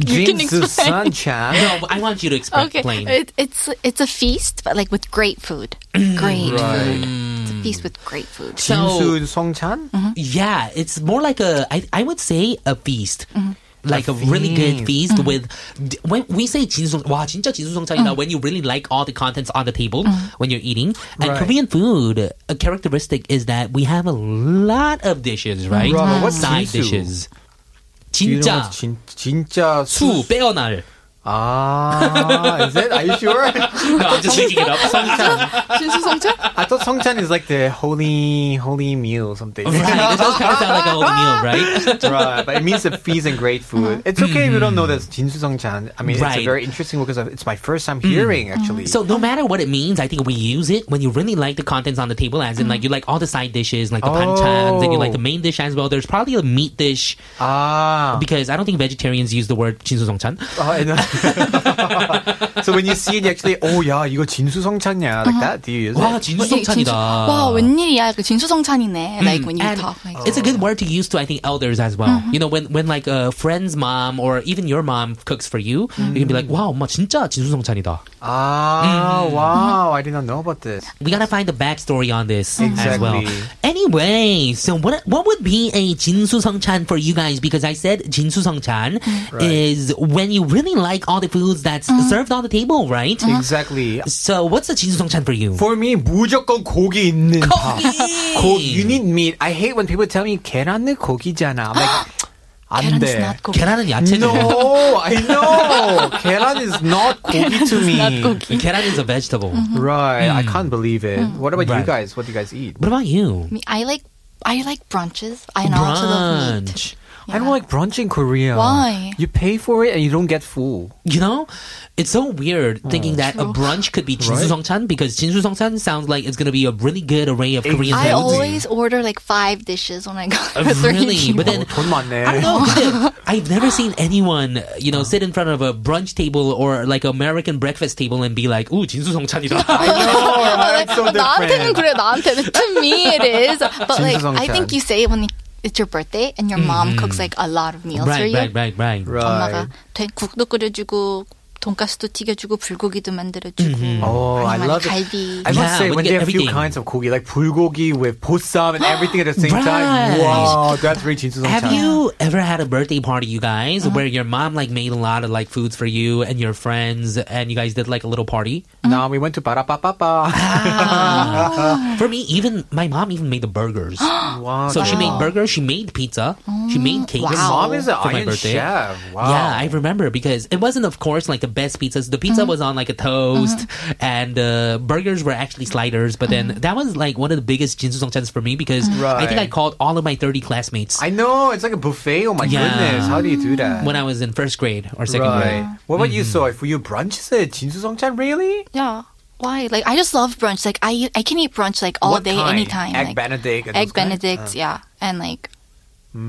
Speaker 2: Jin
Speaker 8: can
Speaker 2: Susan Chan.
Speaker 3: no, I want you to explain.
Speaker 8: Okay, it, it's it's a feast, but like with great food.
Speaker 3: Mm,
Speaker 8: Great food. It's a feast with great food.
Speaker 3: So
Speaker 2: Jinsu Song Chan.
Speaker 3: yeah, it's more like a I, I would say a feast.
Speaker 8: Mm-hmm.
Speaker 3: Like a, really good feast with d- when we say 진수 wow 진짜 진수성찬이다
Speaker 8: Mm-hmm.
Speaker 3: when you really like all the contents on the table when you're eating and
Speaker 2: Right.
Speaker 3: Korean food a characteristic is that we have a lot of dishes right
Speaker 8: Mm-hmm.
Speaker 2: Right, but what's 진수?
Speaker 3: side dishes
Speaker 2: You know
Speaker 3: 진짜
Speaker 2: what's 진 진짜
Speaker 5: 수 빼어날.
Speaker 2: Ah, is it? Are you sure?
Speaker 5: No, I'm just making it up.
Speaker 8: Jinsu Songchan?
Speaker 2: I thought Songchan is like the holy, holy meal or something.
Speaker 3: right it does kind of sound like a whole meal right
Speaker 2: right, but it means the feast and great food. It's okay if you don't know that Jinsu Songchan. I mean, it's a
Speaker 3: Right. Mm.
Speaker 2: very interesting because of- it's my first time hearing actually.
Speaker 3: So no matter what it means, I think we use it when you really like the contents on the table, as in like you like all the side dishes, like the panchans, and you like the main dish as well. There's probably a meat dish
Speaker 2: ah,
Speaker 3: because I don't think vegetarians use the word chan.
Speaker 2: oh, I know. so when you see it, you actually, oh yeah, 이거 진수 성찬이야,
Speaker 3: Uh-huh.
Speaker 2: like that. Do you use
Speaker 5: 와
Speaker 2: it?
Speaker 5: 진수성찬이다.
Speaker 8: 와, 웬일이야. 그 Jinsu Songchan이네. Like when you
Speaker 3: And
Speaker 8: talk like
Speaker 3: Mm. Oh.
Speaker 8: Mm-hmm.
Speaker 3: it's a good word to use to I think elders as well. You know, when when
Speaker 8: Mm-hmm.
Speaker 3: like a friend's mom or even your mom cooks for you, you can be like, "Wow, 마 진짜 진수성찬이다." Mm.
Speaker 2: Ah, wow. I did not know about this.
Speaker 3: We gotta find the backstory on this as well.
Speaker 2: Exactly.
Speaker 3: Anyway, so what what would be a Jinsu Songchan for you guys? Because I said Jinsu Songchan is when you really like all the foods that's
Speaker 8: Mm-hmm.
Speaker 3: served on the table, right?
Speaker 2: Exactly.
Speaker 3: So what's a Jinsu Songchan for you?
Speaker 2: For me, 무조건 고기 있는 밥. 고기. You need meat. I hate when people tell me 계란 은 고기잖아. I'm like, 안
Speaker 8: 계란's
Speaker 2: 돼.
Speaker 8: not cooking.
Speaker 3: 계란은 야채죠.
Speaker 2: No, I know. 계란 is not 고기 to me.
Speaker 8: Not cooking.
Speaker 3: 계란 is a vegetable.
Speaker 8: Mm-hmm.
Speaker 2: Right. I can't believe it.
Speaker 8: Mm.
Speaker 2: What about you
Speaker 3: Mm. Right.
Speaker 2: guys? What do you guys eat?
Speaker 3: What about you?
Speaker 8: Me- I like I like brunches. I know also love meat.
Speaker 3: Brunch.
Speaker 2: I don't like brunch in Korea.
Speaker 8: Why?
Speaker 2: You pay for it and you don't get full.
Speaker 3: You know, it's so weird
Speaker 2: Oh.
Speaker 3: thinking that a
Speaker 8: True.
Speaker 3: brunch could be Jinsu Songchan because Jinsu Songchan sounds like it's gonna be a really good array of Korean foods.
Speaker 8: I always order like five dishes when I go
Speaker 3: Uh,
Speaker 8: to three
Speaker 3: really,
Speaker 8: people.
Speaker 3: but then
Speaker 2: 돈 많네.
Speaker 3: I don't know. 근데 I've never seen anyone, you know, sit in front of a brunch table or like American breakfast table and be like, "Ooh,
Speaker 2: right?
Speaker 3: 진수성찬이다."
Speaker 2: Oh, So different.
Speaker 8: 나한테는 그래 나한테는 to me it is but like I think
Speaker 2: 진수성찬.
Speaker 8: you say when it's your birthday and your mom cooks like a lot of meals for
Speaker 3: right,
Speaker 8: you
Speaker 3: right, right, right.
Speaker 2: Mm-hmm. Right.
Speaker 8: 엄마가 된 국도 끓여주고 돈가스도 튀겨주고 불고기도 만들어주고
Speaker 2: Oh, I
Speaker 8: 아니면
Speaker 2: love it.
Speaker 8: 갈비
Speaker 2: I must
Speaker 3: Yeah,
Speaker 2: say, when
Speaker 3: when you
Speaker 2: they have
Speaker 3: get
Speaker 2: few
Speaker 3: everything.
Speaker 2: kinds of gogi, like bulgogi with bossam and everything at the same time.
Speaker 3: Right.
Speaker 2: Wow, that's very Jinsu
Speaker 3: Have you ever had a birthday party, you guys, where your mom like made a lot of like foods for you and your friends, and you guys did like a little party?
Speaker 2: Now we went to Parapapapa.
Speaker 3: Ah. Uh, For me, even my mom even made the burgers.
Speaker 2: wow.
Speaker 3: so she made burgers, she made pizza, she made cakes.
Speaker 2: Your mom is an
Speaker 3: for my
Speaker 2: iron
Speaker 3: birthday.
Speaker 2: chef. Wow.
Speaker 3: Yeah, I remember because it wasn't, of course, like the best pizzas. The
Speaker 2: Mm-hmm.
Speaker 3: pizza was on like a toast, and uh, burgers were actually sliders. But then that was like one of the biggest Jinsu Songchans for me because I think I
Speaker 2: Mm-hmm. Right.
Speaker 3: called all of my 30 classmates
Speaker 2: I know. It's like a buffet. Oh my
Speaker 3: Yeah.
Speaker 2: goodness. How do you do that?
Speaker 3: when I was in first grade or second grade. Mm-hmm.
Speaker 2: right. What about you, Soy? For you, brunch is a Jinsu Songchan, really?
Speaker 8: yeah why like I just love brunch like I I can eat brunch like all
Speaker 2: What
Speaker 8: day
Speaker 2: kind?
Speaker 8: anytime
Speaker 2: Egg
Speaker 8: like,
Speaker 2: Benedict. and
Speaker 8: egg
Speaker 2: those kind? Uh. Mm.
Speaker 8: Benedict yeah and like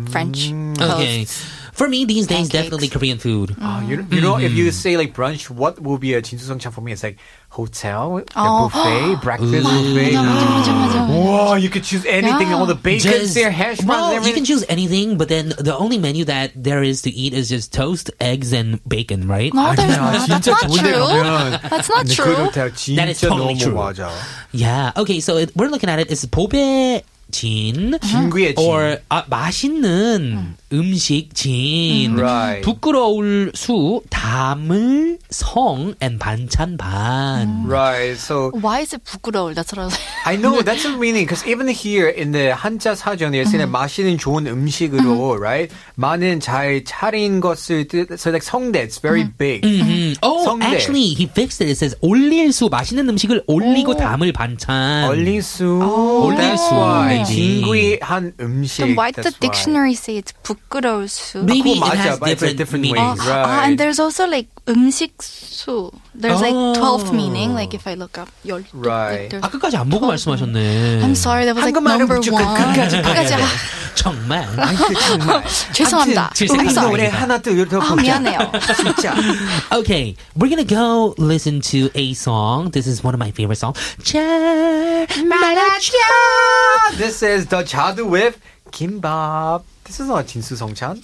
Speaker 8: French
Speaker 3: Okay.
Speaker 8: toast.
Speaker 3: For me, these days,
Speaker 8: Pancakes.
Speaker 3: definitely Korean food.
Speaker 2: Oh, you, you know, if
Speaker 3: Mm-hmm.
Speaker 2: you say like brunch, what will be a Jinsu Songchan for me? It's like hotel, the
Speaker 8: Oh.
Speaker 2: buffet, breakfast buffet.
Speaker 8: 맞아 맞아 맞아 맞아
Speaker 2: Wow, you could choose anything.
Speaker 8: Yeah.
Speaker 2: All the bacon,
Speaker 3: Just-
Speaker 2: there, hash browns,
Speaker 3: well, you
Speaker 2: everything.
Speaker 3: can choose anything, but then the only menu that there is to eat is just toast, eggs, and bacon, right?
Speaker 8: No, there's
Speaker 2: 야,
Speaker 8: not. Ah, That's
Speaker 2: 진짜
Speaker 8: not
Speaker 2: 좋은데
Speaker 8: true.
Speaker 2: 가면
Speaker 8: That's not
Speaker 2: 근데
Speaker 8: true.
Speaker 2: 그렇다
Speaker 3: That is
Speaker 2: 진짜
Speaker 3: totally
Speaker 2: 너무
Speaker 3: true.
Speaker 2: 맞아
Speaker 3: Yeah. Okay. So it, we're looking at it. It's 보배 진
Speaker 2: 진구의 진.
Speaker 3: or 아, 맛있는 음. 식 진. 음,
Speaker 2: Right.
Speaker 3: 부끄러울 수 담을 성 and 반찬
Speaker 2: 음.
Speaker 3: 반.
Speaker 2: Right, so
Speaker 8: Why is it 부끄러울? That's what I was like.
Speaker 2: I know that's the meaning because even here in the 한자 사전 they're saying that 맛있는 좋은 음식으로 right 많은 잘 차린 것을 뜻 so like 성대 it's very big
Speaker 3: 음. Oh,
Speaker 2: 성대.
Speaker 3: actually, he fixed it. It says 올릴 수 맛있는 음식을 올리고 담을 반찬.
Speaker 2: 얼리수
Speaker 3: 얼리수,
Speaker 2: that's why
Speaker 3: maybe.
Speaker 2: 진구의 한 음식
Speaker 8: Then why did
Speaker 2: that's
Speaker 8: the dictionary say it's 부끄러울 수?
Speaker 3: Maybe
Speaker 2: 그거
Speaker 3: it
Speaker 2: 맞아,
Speaker 3: has
Speaker 2: but it's a different
Speaker 3: different, meanings.
Speaker 2: way.
Speaker 8: Oh, ah,
Speaker 2: right.
Speaker 8: and there's also like 음식수. There's like
Speaker 3: Oh.
Speaker 8: 12th meaning. Like if I look up 열.
Speaker 2: Right.
Speaker 8: Like, there's-
Speaker 3: 아 끝까지 안 보고 말씀하셨네.
Speaker 8: I'm sorry, that was like
Speaker 2: 어. 한국말은
Speaker 8: number
Speaker 2: 무조건
Speaker 8: one.
Speaker 2: 끝까지
Speaker 8: 끝까지. 아,
Speaker 3: 정말.
Speaker 2: 아이고, 그 정말
Speaker 8: 죄송합니다.
Speaker 3: 아무튼
Speaker 2: 우리
Speaker 3: 죄송합니다.
Speaker 2: 노래 하나 둘더
Speaker 8: 아, 미안해요.
Speaker 2: 진짜
Speaker 3: Okay, we're gonna go listen to a song. This is one of my favorite songs. 잘 말아줘.
Speaker 2: This is the Jadu with Kimbap. This is not Jinsu Songchan.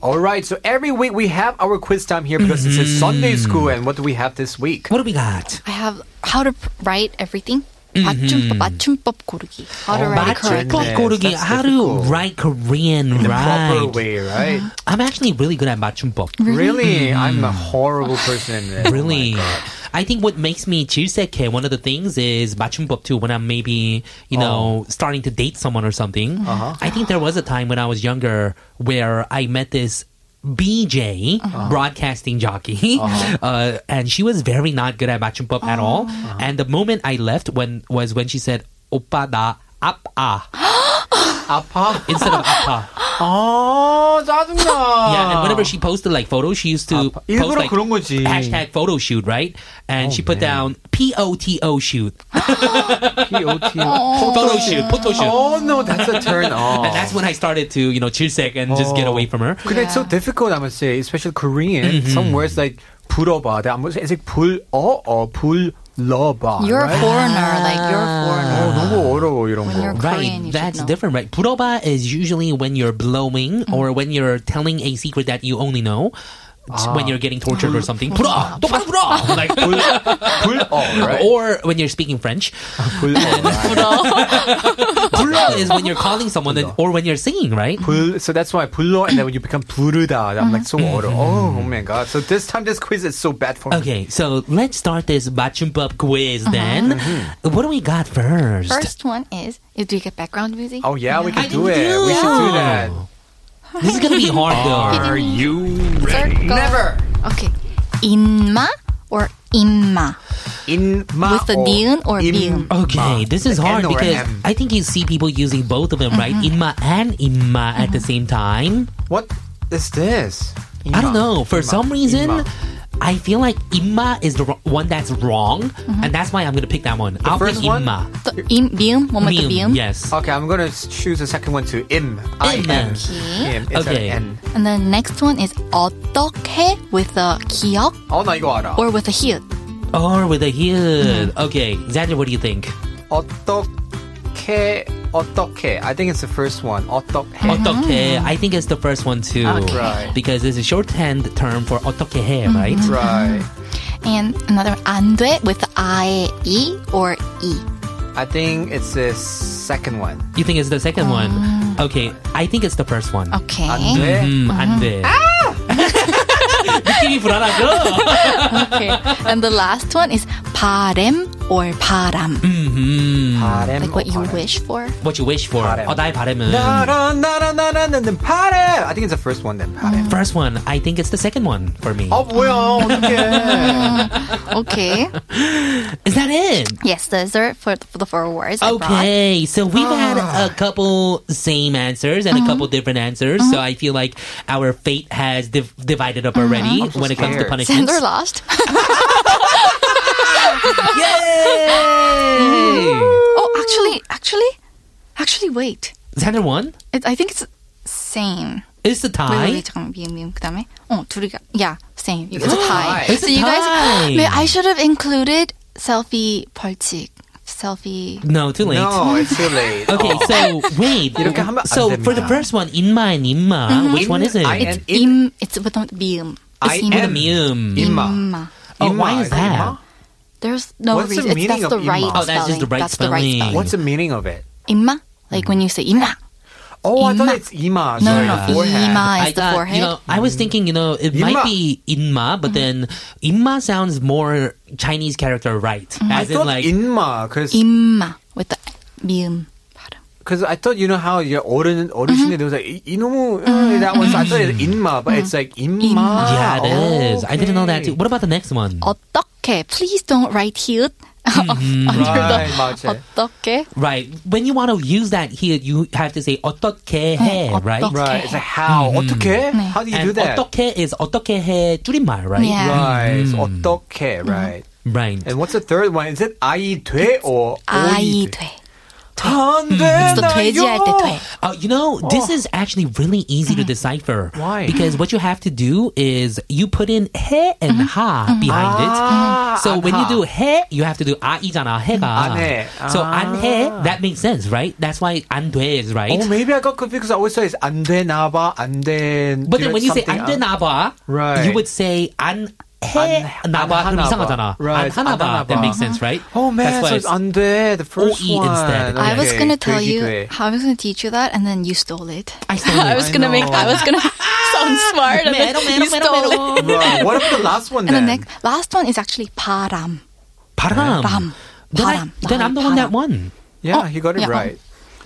Speaker 2: All right, so every week we have our quiz time here because this is Sunday school, and what do we have this week?
Speaker 3: What do we got?
Speaker 8: I have how to pr- write everything. 맞춤법, 맞춤법 고르기. How to write it correctly.
Speaker 3: 맞춤법 고르기.
Speaker 2: That's
Speaker 3: How to
Speaker 2: difficult.
Speaker 3: write Korean
Speaker 2: The proper
Speaker 3: right?
Speaker 2: way, Oh right?
Speaker 3: I'm actually really good at 맞춤법.
Speaker 2: Really? I'm a horrible person in this. Oh
Speaker 3: Really. I think what makes me 질색해, one of the things is 맞춤법 too, when I'm maybe, you
Speaker 2: Oh.
Speaker 3: know, starting to date someone or something.
Speaker 2: Uh-huh.
Speaker 3: I think there was a time when I was younger where I met this BJ
Speaker 2: Uh-huh.
Speaker 3: broadcasting jockey, uh, and she was very not good at 맞춤법 at all.
Speaker 2: Uh-huh.
Speaker 3: And the moment I left when was when she said, 오빠 나 아빠.
Speaker 2: 아파.
Speaker 3: instead of apa.
Speaker 2: 아 짜증나.
Speaker 3: Yeah, and whenever she posted like photos, she used to
Speaker 2: 아파.
Speaker 3: post
Speaker 2: Oh. Ah, 일부러
Speaker 3: like
Speaker 2: 그런 거지. Oh,
Speaker 3: hashtag photo shoot, right? And she put down P O T O shoot,
Speaker 2: P O T.
Speaker 3: Oh.
Speaker 8: Oh.
Speaker 3: photo shoot, photo shoot.
Speaker 2: Oh no, that's a turn off.
Speaker 3: And that's when I started to, you know, chirsek and just
Speaker 2: Oh.
Speaker 3: get away from her.
Speaker 2: 근데 it's so difficult, I must say, especially Korean. Some words like 불어봐. That must it's like 불어어 불러봐.
Speaker 8: You're a
Speaker 2: right?
Speaker 8: foreigner. Like you're a
Speaker 2: 어,
Speaker 8: foreigner.
Speaker 2: 너무 어려워 이런
Speaker 8: When
Speaker 2: 거.
Speaker 8: you're Korean, you
Speaker 3: Right,
Speaker 8: should
Speaker 3: that's
Speaker 8: know.
Speaker 3: different, right? Puroba is usually when you're blowing
Speaker 8: Mm-hmm.
Speaker 3: or when you're telling a secret that you only know it's
Speaker 2: Ah.
Speaker 3: when you're getting tortured or something. Pura, 똑바로 pura, like,
Speaker 2: 불어, right?
Speaker 3: or when you're speaking French.
Speaker 2: 불어. right?
Speaker 3: Pura is when you're calling someone and, or when you're singing, right?
Speaker 2: 불, so that's why 불러, and then when you become 부르다, I'm like so 어려. Oh, oh my god! So this time this quiz is so bad for me.
Speaker 3: Okay, so let's start this Bachumpub quiz then. What do we got first?
Speaker 8: First one is, is do you get background music?
Speaker 2: Oh yeah, we can
Speaker 3: I
Speaker 2: do
Speaker 3: didn't
Speaker 2: it.
Speaker 3: do
Speaker 2: we should do that.
Speaker 3: that. This is gonna be hard though.
Speaker 2: Are you
Speaker 8: Circle. Never. Okay. Inma or Imma?
Speaker 2: in ma
Speaker 8: With the diun or
Speaker 2: in
Speaker 8: biun?
Speaker 3: Okay, this is
Speaker 2: Like
Speaker 3: hard
Speaker 2: N or
Speaker 3: because
Speaker 2: M.
Speaker 3: I think you see people using both of them, right? Inma and Imma at the same time.
Speaker 2: What is this?
Speaker 3: I don't know. For
Speaker 2: Imma.
Speaker 3: some reason,
Speaker 2: Imma.
Speaker 3: I feel like Imma is the ro- one that's wrong, and that's why I'm gonna pick that one. I'll
Speaker 2: first
Speaker 3: pick
Speaker 2: one?
Speaker 3: Imma.
Speaker 8: The im, bium, one with the
Speaker 3: Mium,
Speaker 8: bium.
Speaker 3: Yes.
Speaker 2: Okay, I'm gonna s- choose the second one to im. I
Speaker 3: Im.
Speaker 2: am.
Speaker 8: Okay.
Speaker 2: Im. It's
Speaker 3: Okay.
Speaker 2: an N.
Speaker 8: And the next one is 어떻게 with a 기억
Speaker 2: Oh, 나 이거 알아.
Speaker 8: or with a 히읗.
Speaker 3: Or Oh, with a heel. Okay, Xander, what do you think?
Speaker 2: 어떻게 어떻게? I think it's the first one.
Speaker 3: Mm-hmm.
Speaker 2: 어떻게?
Speaker 3: Otoke. I think it's the first one too,
Speaker 2: Right.
Speaker 3: because it's a shorthand term for otoke right?
Speaker 2: Right.
Speaker 8: And another one, 안돼 with the 아에 이 or 이.
Speaker 2: I think it's the second one.
Speaker 3: You think it's the second one? Okay, I think it's the first one.
Speaker 8: Okay.
Speaker 2: 안돼.
Speaker 3: 음, 안 돼. 느낌이 불안하죠?
Speaker 8: Okay. And the last one is 바램 or 바람.
Speaker 3: Mm-hmm.
Speaker 2: 바람.
Speaker 8: Like what you
Speaker 2: 바람.
Speaker 8: wish for.
Speaker 3: What you wish for.
Speaker 2: 바람.
Speaker 3: 어, 나의 바람은.
Speaker 2: 나란 나란 나란 나는 바람. I think it's the first one then.
Speaker 8: Mm.
Speaker 2: Oh, 바람.
Speaker 3: First one, I think it's the second one for me.
Speaker 2: 어 뭐야? 어떡해.
Speaker 8: Okay.
Speaker 3: Is that it?
Speaker 8: yes, those are for, for the four words. I brought.
Speaker 3: Okay, so we've
Speaker 2: Ah.
Speaker 3: had a couple same answers and a couple different answers, so I feel like our fate has div- divided up already
Speaker 2: I'm so
Speaker 3: when it comes to
Speaker 2: scared.
Speaker 3: punishments.
Speaker 8: Sandor lost.
Speaker 3: Yay!
Speaker 8: oh, actually, actually, actually, wait.
Speaker 3: Xander won?
Speaker 8: It, I think it's same.
Speaker 3: It's a
Speaker 8: Wait, wait,
Speaker 3: tie.
Speaker 8: wait, 잠깐만, 미음, 미음. 그다음에 어 둘이 가- yeah, same. It's a tie.
Speaker 3: It's
Speaker 8: so
Speaker 3: a
Speaker 8: you
Speaker 3: tie.
Speaker 8: guys, man, I should have included selfie 벌칙, selfie.
Speaker 3: No, too late.
Speaker 2: No, it's too late.
Speaker 3: Okay,
Speaker 2: Oh.
Speaker 3: so wait.
Speaker 2: 이렇게 하면 안
Speaker 3: so for the
Speaker 2: 됩니다.
Speaker 3: first one, inma and imma, which one is it?
Speaker 2: I-
Speaker 8: It's
Speaker 2: And in-
Speaker 8: im. It's with the beam. It's
Speaker 2: I
Speaker 8: im.
Speaker 2: am-
Speaker 3: Mium.
Speaker 2: Imma.
Speaker 8: Imma.
Speaker 3: Oh,
Speaker 2: Imma,
Speaker 3: why is
Speaker 2: is it
Speaker 3: that?
Speaker 2: Imma?
Speaker 8: There's no
Speaker 2: What's the
Speaker 8: reason. It's,
Speaker 2: meaning
Speaker 8: that's
Speaker 2: of
Speaker 8: the right
Speaker 2: imma?
Speaker 8: spelling.
Speaker 2: Oh,
Speaker 3: that's just the right
Speaker 8: that's the right
Speaker 3: spelling.
Speaker 8: spelling.
Speaker 2: What's the meaning of it?
Speaker 8: Imma, like when you say imma.
Speaker 2: Oh, I thought
Speaker 8: Imma.
Speaker 2: it's ima.
Speaker 8: No,
Speaker 2: sorry,
Speaker 8: no,
Speaker 2: the
Speaker 8: no.
Speaker 2: forehead.
Speaker 8: Ima is
Speaker 3: I
Speaker 8: the
Speaker 3: thought,
Speaker 8: forehead.
Speaker 3: you know, I
Speaker 2: Mm.
Speaker 3: was thinking, you know, it might
Speaker 2: Imma.
Speaker 3: be inma,
Speaker 2: Mm-hmm.
Speaker 3: but then imma sounds more Chinese character, right?
Speaker 2: Mm-hmm. I
Speaker 3: As in,
Speaker 2: thought
Speaker 3: like,
Speaker 2: inma because
Speaker 8: imma with the 미음. 발음.
Speaker 2: because I thought you know how your 어른 어르신들 there was like "이- 이놈의 uh, that one. So I thought it's inma, but it's like imma.
Speaker 3: yeah, it is. I didn't know that too. What about the next one?
Speaker 8: 어떻게? Please don't write here.
Speaker 3: 음.
Speaker 8: under
Speaker 2: Right,
Speaker 8: the
Speaker 2: 맞아.
Speaker 8: 어떻게?
Speaker 3: Right. When you want to use that here, you have to say 어떻게 해,
Speaker 8: 어,
Speaker 3: right?
Speaker 8: 어떻게.
Speaker 2: Right. It's like how 어떻게? How do you do
Speaker 3: And
Speaker 2: that?
Speaker 3: 어떻게 is 어떻게 해 줄임말, right?
Speaker 8: Yeah.
Speaker 2: Right. so 어떻게? Right.
Speaker 3: Right.
Speaker 2: And what's the third one? Is it 아이 돼 or
Speaker 8: 아이
Speaker 2: 어이 돼?
Speaker 8: 돼.
Speaker 2: 안
Speaker 8: 또 돼지할 때 돼.
Speaker 3: Uh, you know, this is actually really easy to decipher.
Speaker 2: Oh. Mm-hmm. Why?
Speaker 3: Because what you have to do is you put in he and ha behind
Speaker 2: Mm-hmm. Ah,
Speaker 3: it. So
Speaker 2: and
Speaker 3: when
Speaker 2: ha.
Speaker 3: you do he, you have to do 아이잖아, 해가.
Speaker 2: 안해.
Speaker 3: So
Speaker 2: Ah.
Speaker 3: 안해, that makes sense, right? That's why 안돼 is right.
Speaker 2: Oh, maybe I got confused because I always thought it's 안 되나 봐, 안 돼.
Speaker 3: but then when you say
Speaker 2: something, uh,
Speaker 3: 안되나 봐,
Speaker 2: Right.
Speaker 3: you would say 안 해나
Speaker 2: 안
Speaker 3: 봐. 그럼
Speaker 2: 하나 봐.
Speaker 3: 이상하잖아.
Speaker 2: Right.
Speaker 3: 안 하나
Speaker 2: 안 하나
Speaker 3: 봐. That
Speaker 2: 봐.
Speaker 3: makes sense, right?
Speaker 2: Oh man,
Speaker 3: That's why
Speaker 2: so it's
Speaker 3: it's-
Speaker 2: 안 돼. The first
Speaker 3: OE
Speaker 2: one.
Speaker 3: instead.
Speaker 8: I was
Speaker 2: Okay,
Speaker 8: gonna tell
Speaker 2: 돼지
Speaker 8: you
Speaker 2: 돼.
Speaker 8: how I was gonna teach you that, and then you stole it.
Speaker 3: I stole
Speaker 8: I
Speaker 3: it.
Speaker 8: was gonna make. I was gonna sound smart, and then
Speaker 3: Meron, meron,
Speaker 8: you
Speaker 3: meron,
Speaker 8: stole it.
Speaker 3: meron.
Speaker 2: Right. What about the last one
Speaker 8: And the
Speaker 2: then?
Speaker 8: next, last one is actually 바람.
Speaker 3: 바람.
Speaker 8: 바람.
Speaker 3: Then, I,
Speaker 8: 바람.
Speaker 3: then I'm the one that
Speaker 8: 바람.
Speaker 3: won.
Speaker 2: Yeah, he got it
Speaker 8: yeah.
Speaker 3: oh,
Speaker 2: right.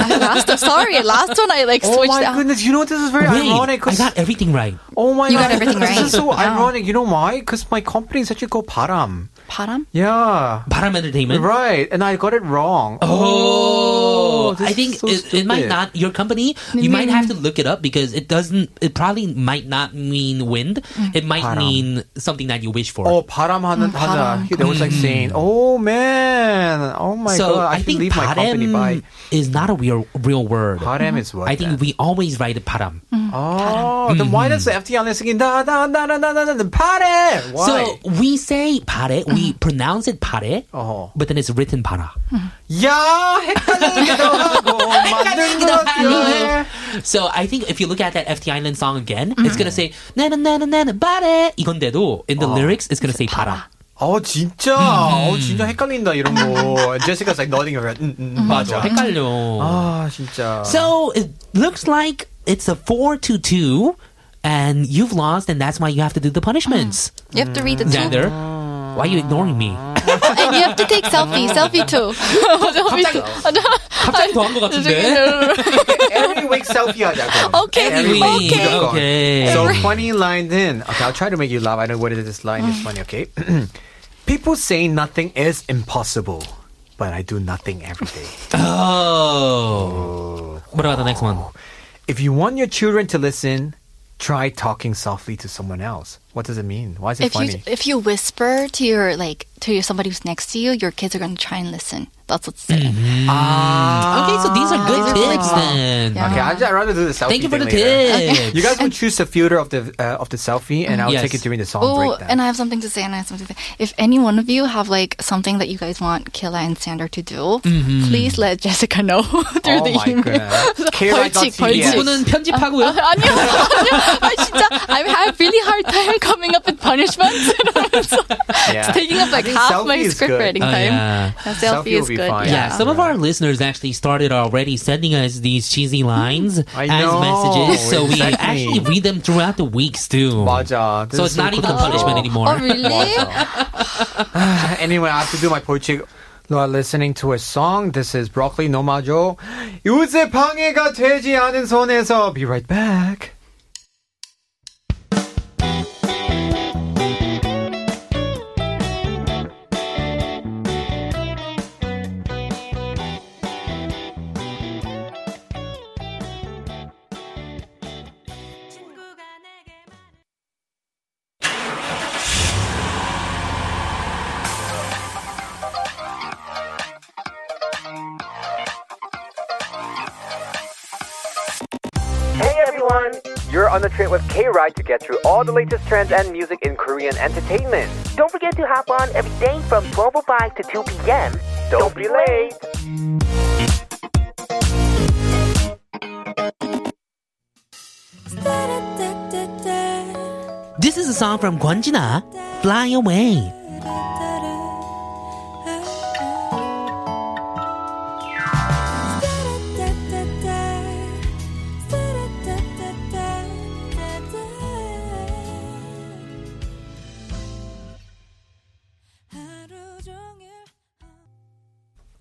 Speaker 8: I last. Sorry, last one I like
Speaker 2: Oh
Speaker 8: switched
Speaker 2: my
Speaker 8: out.
Speaker 2: goodness, you know this is very
Speaker 3: Wait,
Speaker 2: ironic.
Speaker 3: I
Speaker 2: 'cause-
Speaker 3: got everything right.
Speaker 2: oh my
Speaker 8: You
Speaker 2: god,
Speaker 8: got everything
Speaker 2: this
Speaker 8: right.
Speaker 2: is so
Speaker 8: Wow.
Speaker 3: Oh.
Speaker 2: ironic. You know why? Because my company is actually called Param.
Speaker 8: 바람.
Speaker 2: Yeah,
Speaker 3: 바람 entertainment.
Speaker 2: right. And I got it wrong.
Speaker 3: Oh,
Speaker 2: this
Speaker 3: I I think
Speaker 2: So
Speaker 3: it, it might
Speaker 2: stupid.
Speaker 3: not your company. You might have to look it up because it doesn't. It probably might not mean wind. It might
Speaker 2: 바람.
Speaker 3: mean something that you wish for.
Speaker 2: Oh, 바람 하는 하나. They was like saying, "Oh man, oh my
Speaker 3: so
Speaker 2: god, I,
Speaker 3: I,
Speaker 2: should
Speaker 3: think
Speaker 2: leave my company by."
Speaker 3: 바람 is not a real real word.
Speaker 2: 바람 is what?
Speaker 3: I think we always write 바람.
Speaker 2: Oh, then why does the FTR singing da da da da da da da da 바람? Why? Mm-hmm. Uh-huh.
Speaker 3: So we say pare, we pronounce it pare,
Speaker 2: 어허.
Speaker 3: but then it's written para.
Speaker 2: 야 헷갈리기도 하고 만든 것 같아.
Speaker 3: So I think if you look at that FT Island song again,
Speaker 2: Mm-hmm.
Speaker 3: it's gonna say na na na na na na pare. 이건데도 in the
Speaker 2: Uh-huh.
Speaker 3: lyrics it's gonna say para.
Speaker 2: 어 진짜, 어 진짜 헷갈린다 이런 거. 제시카's like nodding her head. 음, 음, 음, 맞아.
Speaker 3: 헷갈려.
Speaker 2: 아 진짜.
Speaker 3: So it looks like it's a four to two, and you've lost, and that's why you have to do the punishments.
Speaker 8: You have to read the two.
Speaker 3: Xander, why are you ignoring me?
Speaker 8: And you have to take selfie. selfie too. selfie too.
Speaker 3: 갑자기 더한 것 같은데.
Speaker 2: every week selfie 하자고.
Speaker 8: Okay,
Speaker 2: Every week.
Speaker 8: okay.
Speaker 2: 무조건.
Speaker 3: Okay.
Speaker 2: So funny line then. Okay, I'll try to make you laugh. I know whether this line is funny. Okay. People say nothing is impossible, but I do nothing every day.
Speaker 3: Oh. What about the next one?
Speaker 2: If you want your children to listen, try talking softly to someone else. What does it mean? Why is it
Speaker 8: if
Speaker 2: funny?
Speaker 8: you if you whisper to your like to your somebody who's next to you, your kids are going to try and listen. That's what's saying.
Speaker 3: Okay, so these
Speaker 2: Ah,
Speaker 3: are good tips then.
Speaker 8: Yeah.
Speaker 2: Okay, I'd, I'd rather do the selfie.
Speaker 3: Thank you for the
Speaker 2: thing later.
Speaker 3: tips.
Speaker 2: You guys will choose the filter of the uh, of the selfie, and I'll
Speaker 3: Yes.
Speaker 2: take it during the song
Speaker 8: Oh,
Speaker 2: break. Then.
Speaker 8: and I have something to say, and I have something to say. If any one of you have like something that you guys want Killa and Sander to do, please let Jessica know
Speaker 2: oh
Speaker 8: through the
Speaker 2: my
Speaker 8: email.
Speaker 2: goodness. K.I.T.S..
Speaker 8: 벌칙, 벌칙.
Speaker 3: 이분은 편집하고요.
Speaker 8: 아니요, 아니요. 아, 진짜, I'm having really hard time coming up with punishments.
Speaker 2: Yeah.
Speaker 8: it's taking up like
Speaker 2: I think
Speaker 8: half my
Speaker 2: selfie is
Speaker 8: script
Speaker 2: good.
Speaker 8: writing
Speaker 3: Oh,
Speaker 8: time.
Speaker 3: yeah.
Speaker 8: A selfie,
Speaker 2: Selfie will
Speaker 8: is
Speaker 2: be
Speaker 8: good.
Speaker 2: fine.
Speaker 3: Yeah,
Speaker 8: Yeah.
Speaker 3: some of our listeners actually started already sending us these cheesy lines
Speaker 2: I
Speaker 3: as
Speaker 2: know,
Speaker 3: messages, so we
Speaker 2: exactly.
Speaker 3: actually read them throughout the weeks too.
Speaker 2: 맞아.
Speaker 3: So it's not even a punishment anymore.
Speaker 8: Oh, really?
Speaker 2: anyway, I have to do my poetry. You are listening to a song. This is Broccoli No Majo. 요새 방해가 되지 않은 손에서. Be right back. Hey everyone! You're on the trip with K Ride to get through all the latest trends and music in Korean entertainment.
Speaker 10: Don't forget to hop on every day from 12.05 to 2 p.m.
Speaker 2: Don't be late!
Speaker 3: This is a song from Kwonjina, "Fly Away."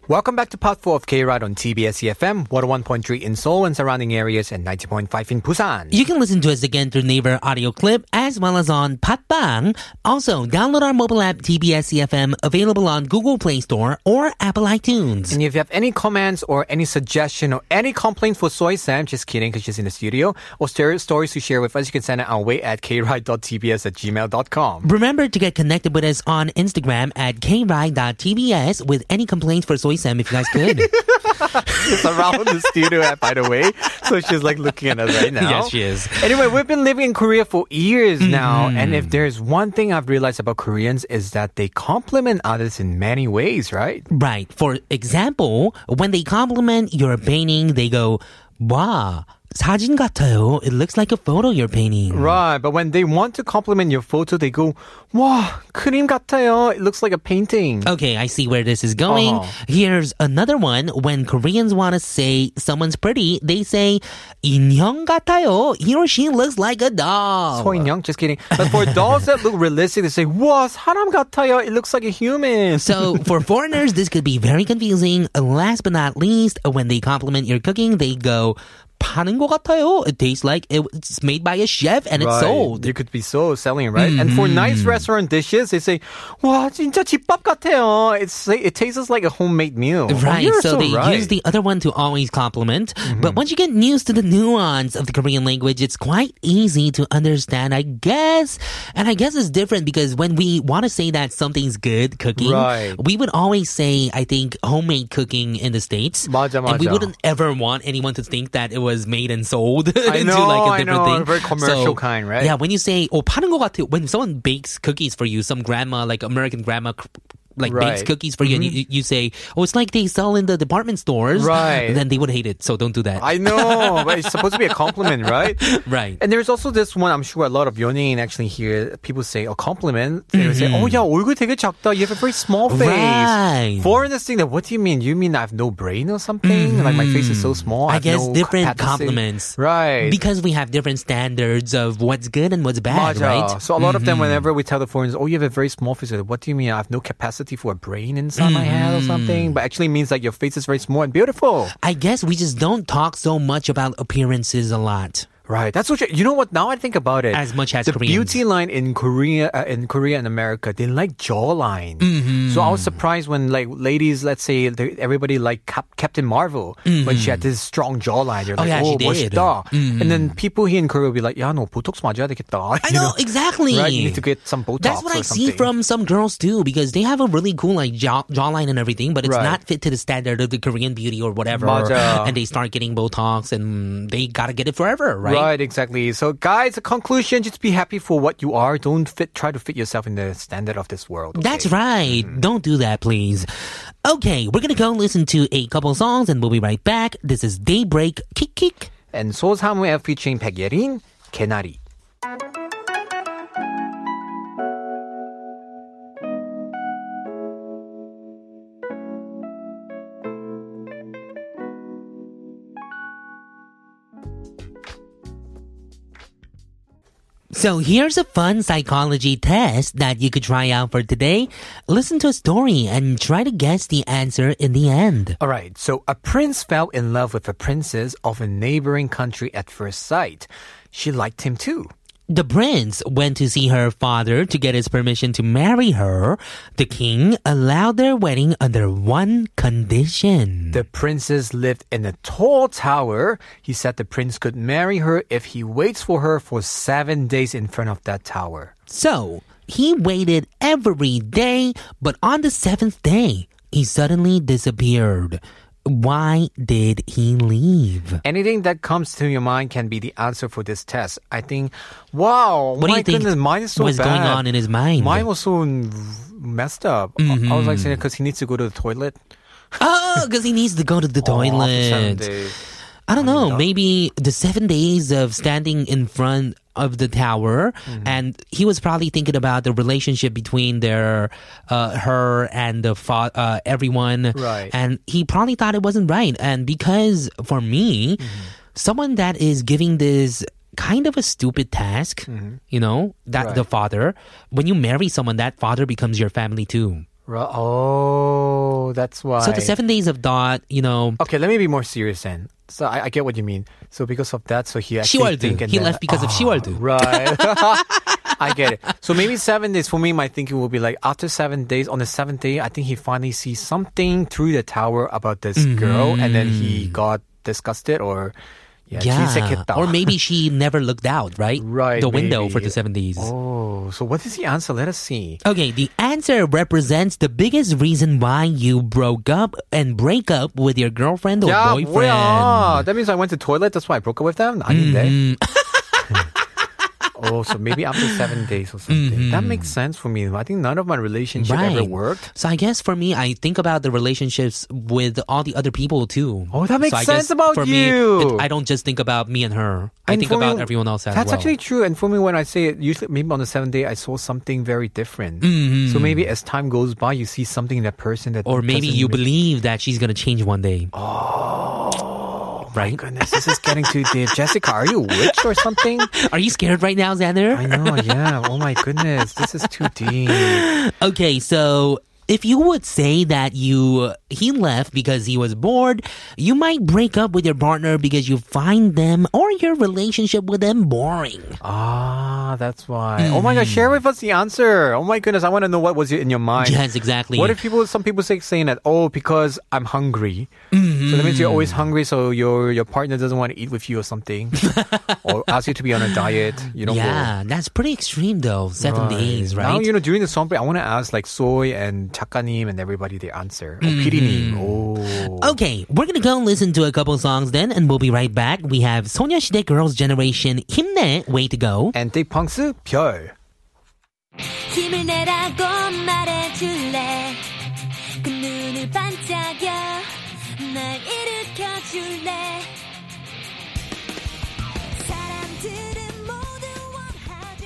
Speaker 2: Welcome back to Part 4 of K Ride on TBS EFM, 101.3 in Seoul and surrounding areas, and 90.5 in Busan.
Speaker 3: You can listen to us again through Naver audio clip as well as on Patbang. Also, download our mobile app TBS EFM, E available on Google Play Store or Apple iTunes.
Speaker 2: And if you have any comments or any suggestion or any complaints for Soy Sam, just kidding because she's in the studio, or ster- stories to share with us, you can send it our way at kride.tbs at gmail.com.
Speaker 3: Remember to get connected with us on Instagram at kride.tbs with any complaints for Soy Sam if you guys could.
Speaker 2: It's around the studio, at, by the way. So she's like looking at us right now.
Speaker 3: Yes, she is. Mm-hmm.
Speaker 2: Anyway, we've been living in Korea for years now. And if there's one thing I've realized about Koreans is that they compliment others in many ways, right?
Speaker 3: right. For example, when they compliment your painting, they go, "Wow, 사진 같아요. It looks like a photo you're painting."
Speaker 2: Right, but when they want to compliment your photo, they go, "Wow, 크림 같아요. It looks like a painting."
Speaker 3: Okay, I see where this is going.
Speaker 2: Uh-huh.
Speaker 3: Here's another one. When Koreans want to say someone's pretty, they say 인형 같아요. He or she looks like a doll.
Speaker 2: Point young, just kidding. But for dolls that look realistic, they say, "Wow, 사람 같아요. It looks like a human."
Speaker 3: So for foreigners, this could be very confusing. Last but not least, when they compliment your cooking, they go 파는 것 같아요. It tastes like it's made by a chef and it's
Speaker 2: Right.
Speaker 3: sold. Mm-hmm.
Speaker 2: You could be sold selling it, right? And for nice restaurant dishes, they say, "와 진짜 집밥 같아요." It's like- it tastes like a homemade meal. Oh,
Speaker 3: Right,
Speaker 2: you're
Speaker 3: so, they
Speaker 2: right. Mm-hmm.
Speaker 3: use the other one to always compliment. But once you get used to the nuance of the Korean language, it's quite easy to understand, I guess. And I guess it's different because when we want to say that something's good cooking,
Speaker 2: Right.
Speaker 3: we would always say, I think, homemade cooking in the States.
Speaker 2: 맞아,
Speaker 3: And we
Speaker 2: 맞아.
Speaker 3: wouldn't ever want anyone to think that it was made and sold into
Speaker 2: know, I
Speaker 3: like a different
Speaker 2: know,
Speaker 3: thing.
Speaker 2: very commercial kind, right?
Speaker 3: Yeah, when you say, oh, 파는 것 같아요, when someone bakes cookies for you, some grandma, like American grandma, c- like bakes
Speaker 2: Right. Mm-hmm.
Speaker 3: cookies for you, and you, you say, "Oh, it's like they sell in the department stores,"
Speaker 2: Right.
Speaker 3: Then they would hate it, so don't do that.
Speaker 2: I know, but it's supposed to be a compliment, right?
Speaker 3: right.
Speaker 2: And there's also this one. I'm sure a lot of 연예인 actually hear people say a compliment. They would say, "Oh, yeah, 얼굴 되게 작다. You have a very small face."
Speaker 3: Mm-hmm. Right.
Speaker 2: Foreigners think that. What do you mean? You mean I have no brain or something? Like my face is so small.
Speaker 3: Mm-hmm. I
Speaker 2: have
Speaker 3: guess
Speaker 2: no
Speaker 3: different
Speaker 2: capacity."
Speaker 3: compliments.
Speaker 2: Right.
Speaker 3: Because we have different standards of what's good and what's bad,
Speaker 2: 맞아.
Speaker 3: right?
Speaker 2: uh,
Speaker 3: Mm-hmm.
Speaker 2: So a lot of them, whenever we tell the foreigners, "Oh, you have a very small face," they're like, what do you mean? I have no capacity for a brain inside my head
Speaker 3: Mm-hmm.
Speaker 2: or something. But actually, means like your face is very small and beautiful.
Speaker 3: I guess we just don't talk so much about appearances a lot.
Speaker 2: Right. That's what you, you know. What now? I think about it.
Speaker 3: As much as
Speaker 2: the
Speaker 3: Koreans.
Speaker 2: beauty line in Korea, uh, in Korea and America, they like jawline.
Speaker 3: Mm-hmm.
Speaker 2: So I was surprised when like ladies, let's say they, everybody like Cap- Captain Marvel when she had this strong jawline. You're
Speaker 3: Mm-hmm. Oh,
Speaker 2: like,
Speaker 3: yeah,
Speaker 2: oh,
Speaker 3: she did. Mm-hmm.
Speaker 2: 멋있다. And then people here in Korea will be like, yeah, no, botox 맞아야 되겠다.
Speaker 3: I
Speaker 2: You
Speaker 3: know, exactly.
Speaker 2: Right. You need to get some botox.
Speaker 3: That's what
Speaker 2: or
Speaker 3: I see
Speaker 2: something.
Speaker 3: from some girls too, because they have a really cool like jaw, jawline and everything, but it's
Speaker 2: Right.
Speaker 3: not fit to the standard of the Korean beauty or whatever.
Speaker 2: 맞아.
Speaker 3: And they start getting Botox, and they gotta get it forever, right?
Speaker 2: exactly. So, guys, the conclusion: just be happy for what you are. Don't fit. Try to fit yourself in the standard of this world. okay? Mm-hmm.
Speaker 3: That's right. Don't do that, please. Okay, we're gonna go listen to a couple songs, and we'll be right back. This is Daybreak Kick Kick.
Speaker 2: And so Samuel featuring 백예린, 개나리.
Speaker 3: So here's a fun psychology test that you could try out for today. Listen to a story and try to guess the answer in the end.
Speaker 2: All right. So a prince fell in love with a princess of a neighboring country at first sight. She liked him too.
Speaker 3: The prince went to see her father to get his permission to marry her. The king allowed their wedding under one condition.
Speaker 2: The princess lived in a tall tower. He said the prince could marry her if he waits for her for seven days in front of that tower.
Speaker 3: So he waited every day, but on the seventh day, he suddenly disappeared. Why did he leave?
Speaker 2: Anything that comes to your mind can be the answer for this test. I think, wow,
Speaker 3: What do
Speaker 2: my
Speaker 3: you think
Speaker 2: goodness, mine is so
Speaker 3: was
Speaker 2: bad.
Speaker 3: going on in his mind? Mm-hmm.
Speaker 2: Mine was so messed up. I- I was like saying because he needs to go to the toilet.
Speaker 3: Oh, because he needs to go to the
Speaker 2: Oh, after seven
Speaker 3: toilet.
Speaker 2: days.
Speaker 3: I don't know. Maybe the seven days of standing in front of the tower, and he was probably thinking about the relationship between their, uh, her and the fa- uh, everyone.
Speaker 2: Right.
Speaker 3: And he probably thought it wasn't right. And because for me, someone that is giving this kind of a stupid task, you know, that the father, when you marry someone, that father becomes your family too.
Speaker 2: Ru- Oh, that's why.
Speaker 3: So the seven days of thought, you know.
Speaker 2: Okay, let me be more serious then. So I, I get what you mean. So because of that, so he actually
Speaker 3: 시월드.
Speaker 2: think and
Speaker 3: He
Speaker 2: then-
Speaker 3: left because of
Speaker 2: Ah,
Speaker 3: 시월드.
Speaker 2: Right. I get it. So maybe seven days for me. My thinking will be like after seven days. On the seventh day, I think he finally sees something through the tower about this
Speaker 3: Mm-hmm.
Speaker 2: girl, and then he got disgusted or yeah, 질색했다.
Speaker 3: Or maybe she never looked out, right?
Speaker 2: Right,
Speaker 3: The window for
Speaker 2: maybe.
Speaker 3: the 70s.
Speaker 2: Oh, so what is the answer? Let us see.
Speaker 3: Okay, the answer represents the biggest reason why you broke up and break up with your girlfriend or
Speaker 2: Yeah,
Speaker 3: boyfriend. Mm-hmm.
Speaker 2: well, that means I went to toilet. That's why I broke up with them. I need that. oh, so maybe after seven days or something. That makes sense for me. I think none of my relationship ever
Speaker 3: Mm-hmm. Right.
Speaker 2: worked.
Speaker 3: So I guess for me, I think about the relationships with all the other people too.
Speaker 2: Oh, that makes
Speaker 3: so I
Speaker 2: sense
Speaker 3: guess
Speaker 2: about
Speaker 3: for me,
Speaker 2: you.
Speaker 3: it- I don't just think about me and her. I
Speaker 2: And
Speaker 3: think
Speaker 2: for me,
Speaker 3: about everyone else as
Speaker 2: That's
Speaker 3: well.
Speaker 2: actually true. And for me, when I say it, usually maybe on the seventh day, I saw something very different. So maybe as time goes by, you see something in that person that.
Speaker 3: Mm-hmm. or maybe
Speaker 2: doesn't
Speaker 3: you
Speaker 2: make-
Speaker 3: believe that she's gonna change one day. Oh, right.
Speaker 2: Oh, Goodness, this is getting too deep. Jessica, are you a witch or something?
Speaker 3: Are you scared right now, Xander?
Speaker 2: I know. Yeah. Oh my goodness, this is too deep.
Speaker 3: Okay, so If you would say that you he left because he was bored, you might break up with your partner because you find them or your relationship with them boring.
Speaker 2: Ah, that's why. Oh my God,
Speaker 3: Mm.
Speaker 2: share with us the answer. Oh my goodness, I want to know what was in your mind.
Speaker 3: Yes, exactly.
Speaker 2: What if people? Some people say saying that oh because I'm hungry. So that means you're always
Speaker 3: Mm-hmm.
Speaker 2: hungry. So your your partner doesn't want to eat with you or something, or ask you to be on a diet. You know.
Speaker 3: yeah, that's pretty extreme though. Seven days, right?
Speaker 2: Now you know during the song break, I want to ask like Soy and Chakanim and everybody the answer. Oh,
Speaker 3: Mm-hmm.
Speaker 2: PD님. Oh.
Speaker 3: Okay, we're gonna go listen to a couple songs then, and we'll be right back. We have 소녀시대 Girls Generation 힘내 Way to Go.
Speaker 2: And they punks 별.
Speaker 4: 힘을 내라고 말해줄래 그 눈을 반짝여 날 일으켜줄래 사람들은 모두 원하지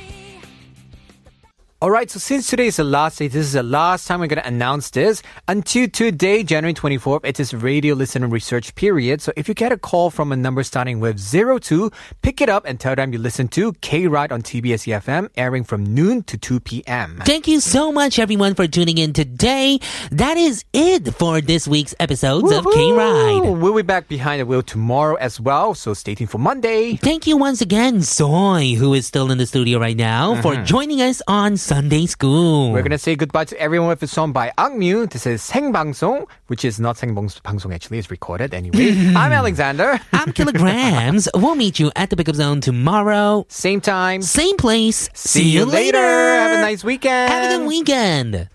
Speaker 2: All right, so since today is the last day, this is the last time we're going to announce this. Until today, January 24th, it is radio listener research period. So if you get a call from a number starting with 02, pick it up and tell them you listen to K-Ride on TBS EFM, E airing from noon to 2 p.m.
Speaker 3: Thank you so much, everyone, for tuning in today. That is it for this week's episodes of K
Speaker 2: Woo!
Speaker 3: Ride.
Speaker 2: We'll be back behind the wheel tomorrow as well, so stay tuned for Monday.
Speaker 3: Thank you once again, Soy, who is still in the studio right now, for joining us on Sunday School.
Speaker 2: Mm-hmm. We're gonna say goodbye to everyone with a song by Angmu. This is 생방송, which is not 생방송 actually, it's recorded anyway. I'm Alexander.
Speaker 3: I'm Kilograms. we'll meet you at the pickup zone tomorrow.
Speaker 2: Same time.
Speaker 3: Same place.
Speaker 2: See, you later. Have a nice weekend.
Speaker 3: Have a good weekend.